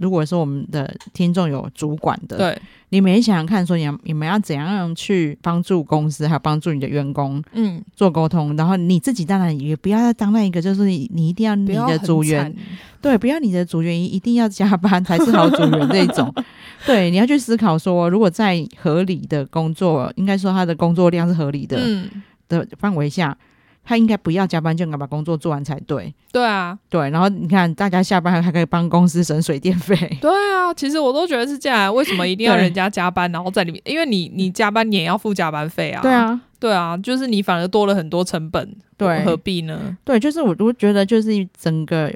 Speaker 1: 如果说我们的听众有主管的，
Speaker 2: 对，
Speaker 1: 你们也想想看，说你要你们要怎样去帮助公司，还有帮助你的员工
Speaker 2: 嗯，
Speaker 1: 做沟通，然后你自己当然也不要再当那一个，就是你你一定要你
Speaker 2: 不要
Speaker 1: 的
Speaker 2: 很
Speaker 1: 组员
Speaker 2: 惨，
Speaker 1: 对，不要你的组员一定要加班才是好组员这一
Speaker 2: [laughs]
Speaker 1: 种。对，你要去思考说，如果在合理的工作，应该说他的工作量是合理的、
Speaker 2: 嗯，
Speaker 1: 的范围下，他应该不要加班，就应该把工作做完才对。
Speaker 2: 对啊，
Speaker 1: 对，然后你看，大家下班还可以帮公司省水电费。
Speaker 2: 对啊，其实我都觉得是这样，啊为什么一定要
Speaker 1: 对
Speaker 2: 人家加班，然后在里面？因为你你加班你也要付加班费啊，
Speaker 1: 对，啊，
Speaker 2: [laughs] 对啊，就是你反而多了很多成本，
Speaker 1: 对
Speaker 2: 何必呢？
Speaker 1: 对，就是我，我觉得就是整个，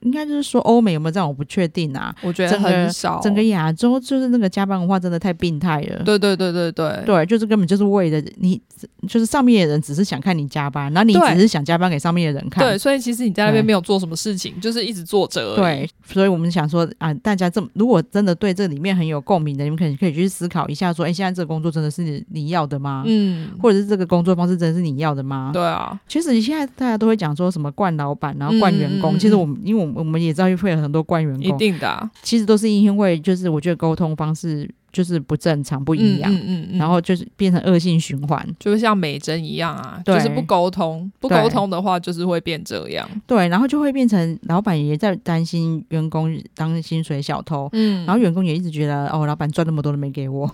Speaker 1: 应该就是说欧美有没有这样，我不确定啊。
Speaker 2: 我觉得
Speaker 1: 整个
Speaker 2: 很少，
Speaker 1: 整个亚洲就是那个加班文化真的太病态了。
Speaker 2: 对对对对对
Speaker 1: 对，就是根本就是为了你，就是上面的人只是想看你加班，然后你
Speaker 2: 对
Speaker 1: 只是想加班给上面的人看。
Speaker 2: 对，所以其实你在那边
Speaker 1: 对
Speaker 2: 没有做什么事情，就是一直坐着而已。
Speaker 1: 对，啊所以我们想说啊，大家这么如果真的对这里面很有共鸣的，你们可能可以去思考一下说，哎，现在这个工作真的是你你要的吗？
Speaker 2: 嗯，
Speaker 1: 或者是这个工作方式真的是你要的吗？
Speaker 2: 对啊，
Speaker 1: 其实现在大家都会讲说什么惯老板，然后惯员工。
Speaker 2: 嗯嗯嗯
Speaker 1: 其实我们因为我们我们也知道会有很多惯员
Speaker 2: 一
Speaker 1: 工，
Speaker 2: 定的啊，
Speaker 1: 其实都是因为就是我觉得沟通方式就是不正常不一样，
Speaker 2: 嗯嗯嗯，
Speaker 1: 然后就是变成恶性循环。
Speaker 2: 就像美珍一样啊，
Speaker 1: 对
Speaker 2: 就是不沟通，不
Speaker 1: 对
Speaker 2: 沟通的话就是会变这样。
Speaker 1: 对，然后就会变成老板也在担心员工当薪水小偷，
Speaker 2: 嗯，
Speaker 1: 然后员工也一直觉得哦，老板赚那么多都没给我。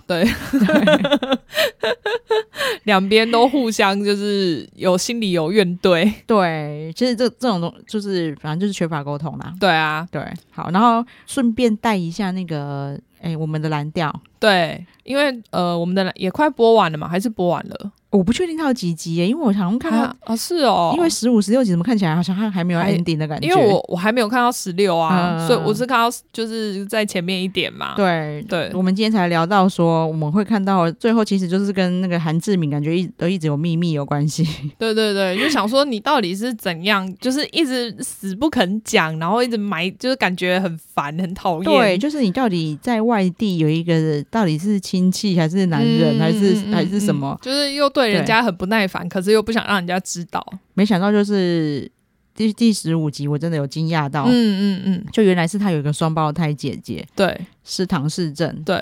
Speaker 2: 两边都互相就是有心里有怨怼。
Speaker 1: 对，其实这这种东就是反正就是缺乏沟通啦。
Speaker 2: 对啊，
Speaker 1: 对，好，然后顺便带一下那个哎，我们的蓝调，
Speaker 2: 对，因为呃，我们的也快播完了嘛，还是播完了？
Speaker 1: 我不确定它有几集耶，因为我好像看
Speaker 2: 啊
Speaker 1: 到，
Speaker 2: 啊是哦，
Speaker 1: 因为十五十六集怎么看起来好像还还没有
Speaker 2: 还
Speaker 1: ending 的感觉，
Speaker 2: 因为我我还没有看到十六啊，
Speaker 1: 嗯
Speaker 2: 所以我是看到就是在前面一点嘛。
Speaker 1: 对。
Speaker 2: 对
Speaker 1: 我们今天才聊到说，我们会看到最后其实就是跟那个韩志敏感觉一都一直有秘密有关系。
Speaker 2: 对对对，就想说你到底是怎样，就是一直死不肯讲，然后一直埋，就是感觉很烦，很讨厌。
Speaker 1: 对，就是你到底在外地有一个到底是亲戚还是男人、
Speaker 2: 嗯
Speaker 1: 还是
Speaker 2: 嗯嗯
Speaker 1: 还是什
Speaker 2: 嗯
Speaker 1: 么？
Speaker 2: 就是又对人家很不耐烦，可是又不想让人家知道。
Speaker 1: 没想到就是第第十五集，我真的有惊讶到，
Speaker 2: 嗯嗯嗯，
Speaker 1: 就原来是他有一个双胞胎姐姐
Speaker 2: 对
Speaker 1: 是唐氏症，
Speaker 2: 对，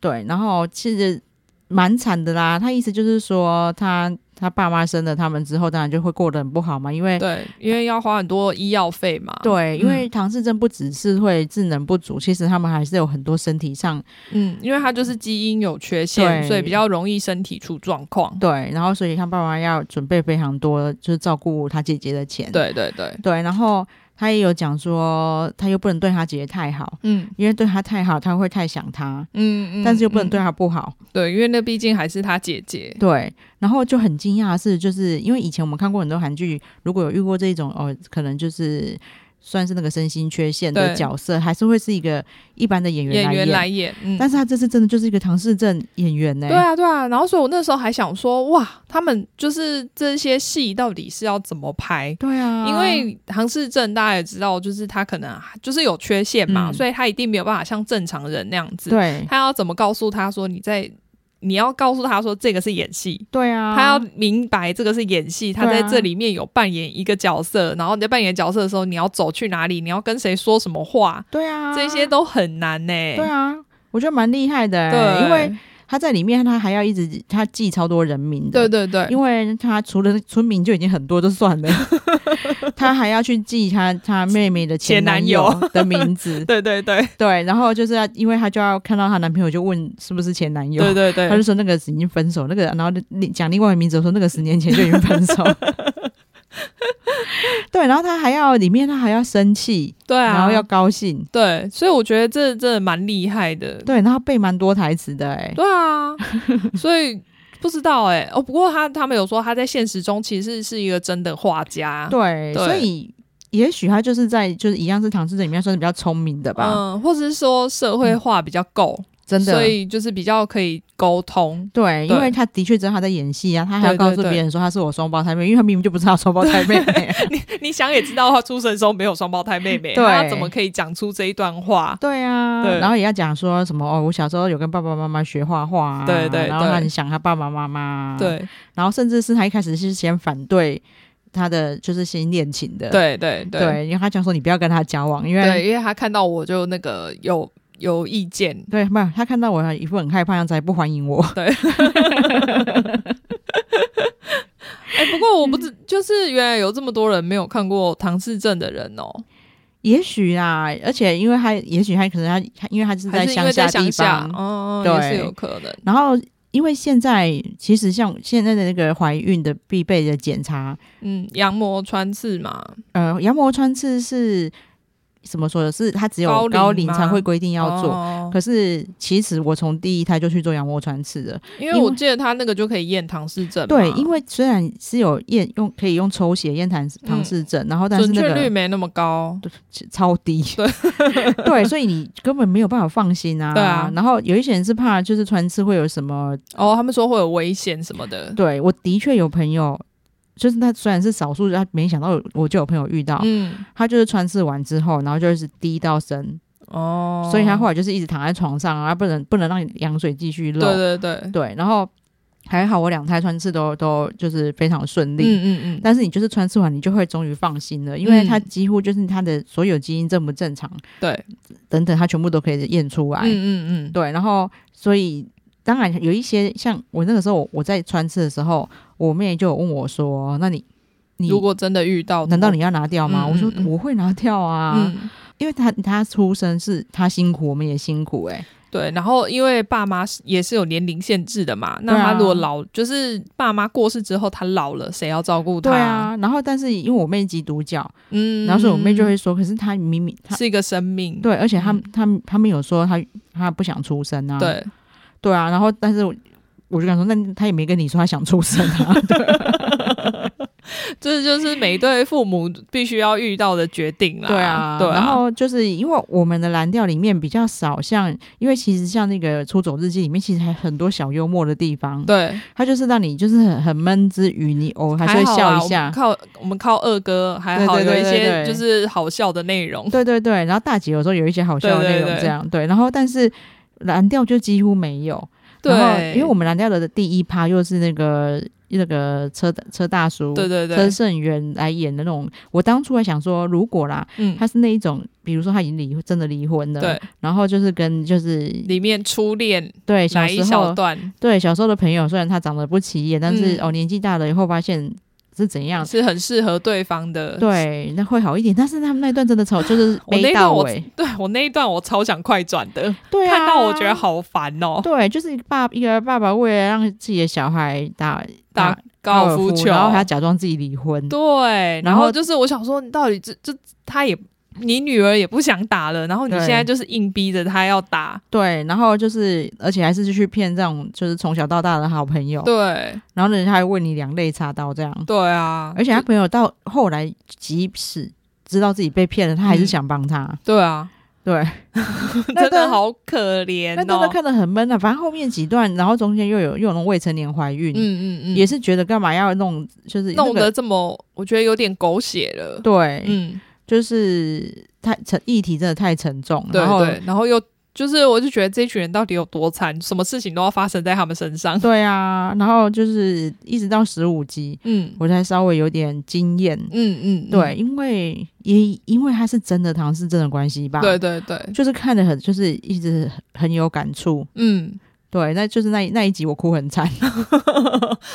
Speaker 1: 对，然后其实蛮惨的啦。他意思就是说他。他爸妈生了他们之后，当然就会过得很不好嘛，因为
Speaker 2: 对，因为要花很多医药费嘛。
Speaker 1: 对，
Speaker 2: 嗯
Speaker 1: 因为唐氏症不只是会智能不足，其实他们还是有很多身体上
Speaker 2: 嗯，因为它就是基因有缺陷，
Speaker 1: 对
Speaker 2: 所以比较容易身体出状况。
Speaker 1: 对，然后所以他爸妈要准备非常多，就是照顾他姐姐的钱，
Speaker 2: 对对对，
Speaker 1: 对，然后他也有讲说，他又不能对他姐姐太好，
Speaker 2: 嗯
Speaker 1: 因为对他太好，他会太想他，
Speaker 2: 嗯嗯，
Speaker 1: 但是又不能对
Speaker 2: 嗯
Speaker 1: 他不好。
Speaker 2: 对，因为那毕竟还是他姐姐。
Speaker 1: 对，然后就很惊讶的是，就是因为以前我们看过很多韩剧，如果有遇过这种哦，可能就是。算是那个身心缺陷的
Speaker 2: 对
Speaker 1: 角色，还是会是一个一般的演员
Speaker 2: 演
Speaker 1: 来演。
Speaker 2: 员来演，嗯，
Speaker 1: 但是他这次真的就是一个唐氏症演员呢、
Speaker 2: 对啊，对啊。然后，所以我那时候还想说，哇，他们就是这些戏到底是要怎么拍？
Speaker 1: 对啊，
Speaker 2: 因为唐氏症大家也知道，就是他可能就是有缺陷嘛，
Speaker 1: 嗯
Speaker 2: 所以他一定没有办法像正常人那样子。
Speaker 1: 对
Speaker 2: 他要怎么告诉他说你在？你要告诉他说这个是演戏，
Speaker 1: 对啊，
Speaker 2: 他要明白这个是演戏，他
Speaker 1: 对
Speaker 2: 在
Speaker 1: 啊
Speaker 2: 这里面有扮演一个角色，然后你在扮演角色的时候，你要走去哪里，你要跟谁说什么话，
Speaker 1: 对啊
Speaker 2: 这些都很难呢、
Speaker 1: 对啊，我觉得蛮厉害的、欸。
Speaker 2: 对，
Speaker 1: 因为他在里面他还要一直他记超多人名的，
Speaker 2: 对对对，
Speaker 1: 因为他除了村民就已经很多就算
Speaker 2: [laughs]
Speaker 1: 了，他还要去记他他妹妹的前男友
Speaker 2: 前
Speaker 1: 的名字，
Speaker 2: [laughs] 对对对
Speaker 1: 对，然后就是要因为他就要看到她男朋友就问是不是前男友，
Speaker 2: 对对对，
Speaker 1: 他就说那个已经分手，那个然后另讲另外一个名字，我说那个十年前就已经分
Speaker 2: [laughs]
Speaker 1: 手。对，然后他还要里面他还要生气，
Speaker 2: 对啊，
Speaker 1: 然后要高兴，
Speaker 2: 对，所以我觉得这真的蛮厉害的。
Speaker 1: 对，然后背蛮多台词的哎、
Speaker 2: 对啊，所以不知道哎、哦，不过他他们有说他在现实中其实是一个真的画家，
Speaker 1: 对，
Speaker 2: 啊对
Speaker 1: 所以也许他就是在就是一样是唐诗哲里面算是比较聪明的吧，嗯
Speaker 2: 嗯，或者是说社会化比较够，
Speaker 1: 真的
Speaker 2: 所。以就是比较可以沟通。
Speaker 1: 对，因
Speaker 2: 对
Speaker 1: 为他的确知道他在演戏啊，他还要
Speaker 2: 对对
Speaker 1: 告诉
Speaker 2: 对
Speaker 1: 别人说他是我双胞胎妹，因为他明明就不是他双胞胎妹妹。 [laughs]
Speaker 2: [laughs] 你想也知道，他出生的时候没有双胞胎妹妹，
Speaker 1: 对
Speaker 2: 他怎么可以讲出这一段话？
Speaker 1: 对啊，
Speaker 2: 对
Speaker 1: 然后也要讲说什么哦，我小时候有跟爸爸妈妈学画画、啊，
Speaker 2: 对对
Speaker 1: 然后
Speaker 2: 对
Speaker 1: 他很想他爸爸妈妈，，
Speaker 2: 对
Speaker 1: 然后甚至是他一开始是先反对他的就是新恋情的，
Speaker 2: 对对
Speaker 1: 对因为他讲说你不要跟他交往，因为
Speaker 2: 对，因为他看到我就那个有有意见，
Speaker 1: 对没有他看到我一副很害怕的样子，还不欢迎我，
Speaker 2: [laughs] 哎、不过我不知，就是原来有这么多人没有看过唐氏症的人哦、
Speaker 1: 也许啊，而且因为他也许他可能他他因为他是
Speaker 2: 还是因
Speaker 1: 乡
Speaker 2: 为
Speaker 1: 下
Speaker 2: 在
Speaker 1: 地
Speaker 2: 乡下
Speaker 1: 方，，
Speaker 2: 哦，
Speaker 1: 对
Speaker 2: 也是有可能。
Speaker 1: 然后。因为现在其实像现在的那个怀孕的必备的检查，
Speaker 2: 嗯，羊膜穿刺嘛，
Speaker 1: 呃，羊膜穿刺是怎么说的？是它只
Speaker 2: 高
Speaker 1: 有
Speaker 2: 龄
Speaker 1: 高龄才
Speaker 2: 吗
Speaker 1: 会规定要做。
Speaker 2: 哦
Speaker 1: 可是其实我从第一胎就去做羊膜穿刺的，
Speaker 2: 因为我记得他那个就可以验唐氏症嘛，
Speaker 1: 对，因为虽然是有验用可以用抽血验唐唐氏症，然后但是
Speaker 2: 嗯准
Speaker 1: 那
Speaker 2: 确率
Speaker 1: 个
Speaker 2: 没那么高，
Speaker 1: 超低， [laughs] 对，所以你根本没有办法放心啊。
Speaker 2: 对啊
Speaker 1: 然后有一些人是怕就是穿刺会有什么，
Speaker 2: 哦，他们说会有危险什么的，
Speaker 1: 对我的确有朋友。就是他虽然是少数，他没想到有我就有朋友遇到，
Speaker 2: 嗯，
Speaker 1: 他就是穿刺完之后，然后就是滴到生，
Speaker 2: 哦，
Speaker 1: 所以他后来就是一直躺在床上啊，不能不能让羊水继续漏，
Speaker 2: 对对对，
Speaker 1: 对，然后还好我两胎穿刺都都就是非常顺
Speaker 2: 嗯
Speaker 1: 利。
Speaker 2: 嗯嗯，
Speaker 1: 但是你就是穿刺完，你就会终于放心了，因为
Speaker 2: 嗯
Speaker 1: 它几乎就是它的所有基因正不正常
Speaker 2: 对，
Speaker 1: 等等，它全部都可以验出来。
Speaker 2: 嗯嗯嗯，
Speaker 1: 对，然后所以当然有一些像我那个时候我我在穿刺的时候，我妹就有问我说：“那你你
Speaker 2: 如果真的遇到，
Speaker 1: 难道你要拿掉吗？”
Speaker 2: 嗯
Speaker 1: 我说
Speaker 2: 嗯：“嗯
Speaker 1: 我会拿掉啊，
Speaker 2: 嗯，
Speaker 1: [laughs] 因为她她出生是她辛苦，我们也辛苦、欸。”哎，
Speaker 2: 对，然后因为爸妈是也是有年龄限制的嘛，那
Speaker 1: 对啊
Speaker 2: 他如果老，就是爸妈过世之后，他老了，谁要照顾他？
Speaker 1: 对，啊。然后但是因为我妹极独角，
Speaker 2: 嗯，
Speaker 1: 然后所以我妹就会说：“可是她明明她
Speaker 2: 是一个生命，
Speaker 1: 对，而且她
Speaker 2: 嗯
Speaker 1: 她她们有说她她不想出生啊。”
Speaker 2: 对，
Speaker 1: 对啊，然后但是我我就想说，那他也没跟你说他想出生啊，
Speaker 2: 这就是每对父母必须要遇到的决定啦。
Speaker 1: 对啊，
Speaker 2: 对啊，
Speaker 1: 然后就是因为我们的蓝调里面比较少像，因为其实像那个《出走日记》里面，其实还很多小幽默的地方，
Speaker 2: 对，
Speaker 1: 它就是让你就是很很闷之余，你偶尔还是会
Speaker 2: 好啊
Speaker 1: 笑一
Speaker 2: 我
Speaker 1: 下
Speaker 2: 们。靠我们靠二哥还好
Speaker 1: 对
Speaker 2: 有
Speaker 1: 对
Speaker 2: 一
Speaker 1: 对
Speaker 2: 些
Speaker 1: 对对
Speaker 2: 就是好笑的内容。
Speaker 1: 对对对，然后大姐有时候有一些好笑的内
Speaker 2: 对对
Speaker 1: 容
Speaker 2: 对
Speaker 1: 这样，对，然后但是蓝调就几乎没有，
Speaker 2: 对
Speaker 1: 然后，因为我们蓝调的第一趴又是那个那个车车大叔，
Speaker 2: 对对对
Speaker 1: 车，胜元来演的那种，我当初还想说，如果啦，
Speaker 2: 嗯，
Speaker 1: 他是那一种，比如说他已经离婚，真的离婚了，
Speaker 2: 对，
Speaker 1: 然后就是跟就是
Speaker 2: 里面初恋
Speaker 1: 对欸小
Speaker 2: 哪一
Speaker 1: 时
Speaker 2: 小
Speaker 1: 候
Speaker 2: 段
Speaker 1: 对小时候的朋友，虽然他长得不起眼，但是、
Speaker 2: 嗯
Speaker 1: 哦年纪大了以后发现是怎样，
Speaker 2: 是很适合对方的？
Speaker 1: 对，那会好一点。但是他们那一段真的
Speaker 2: [laughs]
Speaker 1: 丑，就是
Speaker 2: 我那
Speaker 1: 没
Speaker 2: 一
Speaker 1: 到欸
Speaker 2: 段我
Speaker 1: 尾，
Speaker 2: 对 [laughs] 我那一段我超想快转的，
Speaker 1: [laughs] 对啊，
Speaker 2: 看到我觉得。好烦哦。
Speaker 1: 对，啊就是爸一个爸爸为了让自己的小孩打
Speaker 2: 打高尔
Speaker 1: 夫
Speaker 2: 夫球，
Speaker 1: 然后还要假装自己离婚，
Speaker 2: 对，
Speaker 1: 然
Speaker 2: 然
Speaker 1: 后
Speaker 2: 后就是我想说，你到底这这他也你女儿也不想打了，然后你
Speaker 1: 对
Speaker 2: 现在就是硬逼着她要打，
Speaker 1: 对，然后就是而且还是去骗这种就是从小到大的好朋友，
Speaker 2: 对
Speaker 1: 然后人家还问你两肋插刀这样，
Speaker 2: 对啊，
Speaker 1: 而且他朋友到后来即使知道自己被骗了，他还
Speaker 2: 嗯
Speaker 1: 是想帮他。
Speaker 2: 对 [laughs] 啊，
Speaker 1: [laughs] 对，
Speaker 2: 真的好可怜
Speaker 1: 那真的
Speaker 2: 哦。
Speaker 1: 看得很闷啊。反正后面几段，然后中间又有又有那种未成年怀
Speaker 2: 嗯
Speaker 1: 孕，
Speaker 2: 嗯嗯，
Speaker 1: 也是觉得干嘛要弄，就是、那个、
Speaker 2: 弄得这么，我觉得有点狗血了。
Speaker 1: 对，
Speaker 2: 嗯，
Speaker 1: 就是太沉议题真的太沉重，
Speaker 2: 对
Speaker 1: 然后
Speaker 2: 对，然后又就是，我就觉得这一群人到底有多惨，什么事情都要发生在他们身上。
Speaker 1: [laughs] 对啊，然后就是一直到十五集，
Speaker 2: 嗯
Speaker 1: 我才稍微有点惊艳。
Speaker 2: 嗯嗯，
Speaker 1: 对，因为也因为他是真的唐氏症的关系吧，
Speaker 2: 嗯，对对对，
Speaker 1: 就是看得很，就是一直很有感触。
Speaker 2: 嗯，
Speaker 1: 对，那就是那一那一集我哭很惨。
Speaker 2: [laughs]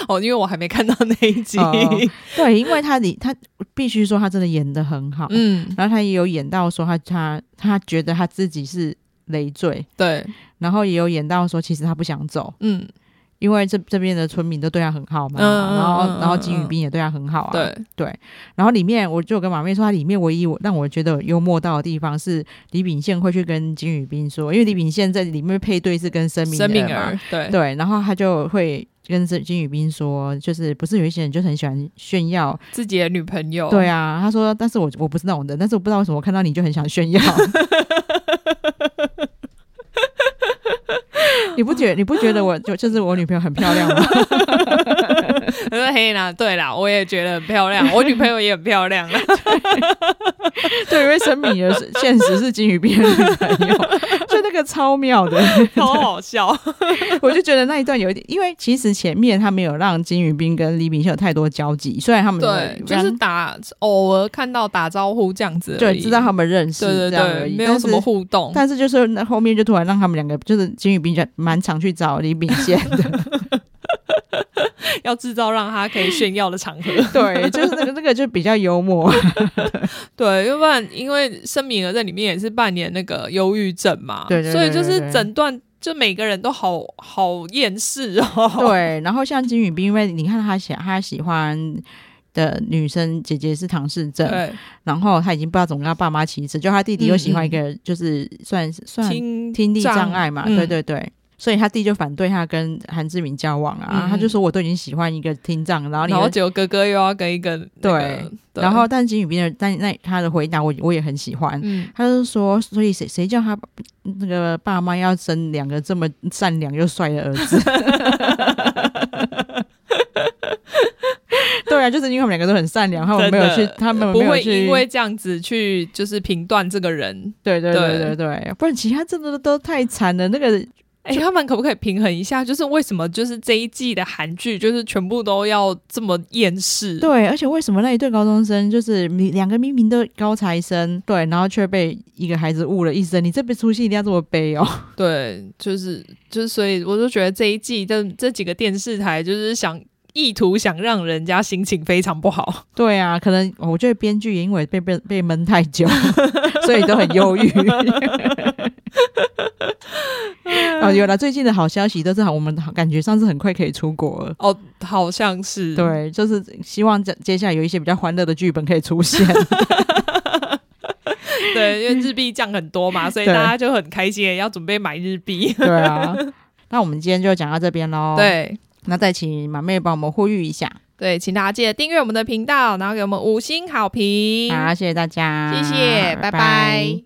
Speaker 2: 哦，因为我还没看到那一集。 [laughs]
Speaker 1: 哦 [laughs] 对，因为他里他必须说他真的演的很好，
Speaker 2: 嗯，
Speaker 1: 然后他也有演到说他他他觉得他自己是累赘，
Speaker 2: 对，
Speaker 1: 然后也有演到说其实他不想走，
Speaker 2: 嗯，
Speaker 1: 因为这这边的村民都对他很好嘛，
Speaker 2: 嗯
Speaker 1: 然后
Speaker 2: 嗯
Speaker 1: 然后
Speaker 2: 嗯
Speaker 1: 金宇彬也对他很好啊，
Speaker 2: 对，
Speaker 1: 然后里面我就有跟马妹说，它里面唯一我让我觉得有幽默到的地方是李秉宪会去跟金宇彬说，因为李秉宪在里面配对是跟申明
Speaker 2: 生命
Speaker 1: 嘛，
Speaker 2: 儿，对，
Speaker 1: 对，然后他就会。跟金金宇彬说，就是不是有一些人就很喜欢炫耀，
Speaker 2: 自己的女朋友，
Speaker 1: 对啊，他说，但是我我不是那种人，但是我不知道为什么我看到你就很想炫
Speaker 2: [laughs]
Speaker 1: 耀。你不觉你不觉得我就就是我女朋友很漂亮吗？
Speaker 2: [laughs] 我说黑呃啦，对啦，我也觉得很漂亮，我
Speaker 1: [laughs]
Speaker 2: 女朋友也很漂亮。啊
Speaker 1: 对，因为沈敏的是现实是金宇彬的女朋友，就那个超妙的，
Speaker 2: 超好笑。
Speaker 1: 我就觉得那一段有一点，因为其实前面他没有让金宇彬跟李炳秀有太多交集，虽然他们
Speaker 2: 对，就
Speaker 1: 两
Speaker 2: 是打偶尔看到打招呼这样子而已，
Speaker 1: 对知道他们认识
Speaker 2: 对对
Speaker 1: 这样而
Speaker 2: 对，
Speaker 1: 已，
Speaker 2: 没有什么
Speaker 1: 但是。
Speaker 2: 互动。
Speaker 1: 但是就是那后面就突然让他们两个，就是金宇彬就蛮常去找李炳宪的，
Speaker 2: 要制造让他可以炫耀的场合。 [laughs]
Speaker 1: 对，就是那个那个就比较幽默，
Speaker 2: 对，要不然因为申敏儿在里面也是扮演那个忧郁症嘛，
Speaker 1: 对对对
Speaker 2: 所以就
Speaker 1: 对对
Speaker 2: 是整段就每个人都好好厌世哦。
Speaker 1: 对。然后像金宇彬，因为你看他喜他喜欢的女生姐姐是唐氏
Speaker 2: [laughs]
Speaker 1: 症，然后他已经不知道怎么跟他爸妈启齿，就他弟弟又喜欢一
Speaker 2: 嗯
Speaker 1: 个，就是算是算
Speaker 2: 听
Speaker 1: 听力障碍嘛，
Speaker 2: 嗯
Speaker 1: 对对对。所以他弟就反对他跟韩志明交往啊，
Speaker 2: 嗯
Speaker 1: 他就说我都已经喜欢一个听障，然后你
Speaker 2: 然后结果哥哥又要跟一个、那个
Speaker 1: 对，然后但金宇彬的但那他的回答我我也很喜欢，
Speaker 2: 嗯，
Speaker 1: 他就说所以谁谁叫他那个爸妈要生两个这么善良又帅的儿子， [laughs] 对啊，就是因为他们两个都很善良，他们没有去
Speaker 2: 真的，
Speaker 1: 他们嗯
Speaker 2: 不
Speaker 1: 没有
Speaker 2: 会
Speaker 1: 去
Speaker 2: 因为这样子去就是评断这个人。
Speaker 1: 对对对
Speaker 2: 对
Speaker 1: 对对，不然其他真的都太惨了。那个
Speaker 2: 哎、他们可不可以平衡一下？就是为什么就是这一季的韩剧就是全部都要这么厌世？
Speaker 1: 对，而且为什么那一对高中生就是你两个明明都高材生，对，然后却被一个孩子误了一生？你这辈子出戏一定要这么悲哦？
Speaker 2: 对，就是就是，所以我就觉得这一季这这几个电视台就是想意图想让人家心情非常不好，
Speaker 1: 对啊，可能我觉得编剧也因为被被被闷太
Speaker 2: [laughs]
Speaker 1: 久， [laughs] 所以都很忧郁。哦，有了最近的好消息，都是好我们感觉上次很快可以出国了。
Speaker 2: 哦，好像是，
Speaker 1: 对，就是希望接接下来有一些比较欢乐的剧本可以出现。
Speaker 2: 对，因为日币降很多嘛， [laughs] 所以
Speaker 1: 对
Speaker 2: 大家就很开心地要准备买日 [laughs] 币。
Speaker 1: 对啊，那我们今天就讲到这边喽。。
Speaker 2: 对
Speaker 1: 那再请马妹帮我们呼吁一下，
Speaker 2: 对，请大家记得订阅我们的频道，然后给我们五星好评。啊
Speaker 1: 好，谢谢大家，
Speaker 2: 嗯谢谢，拜拜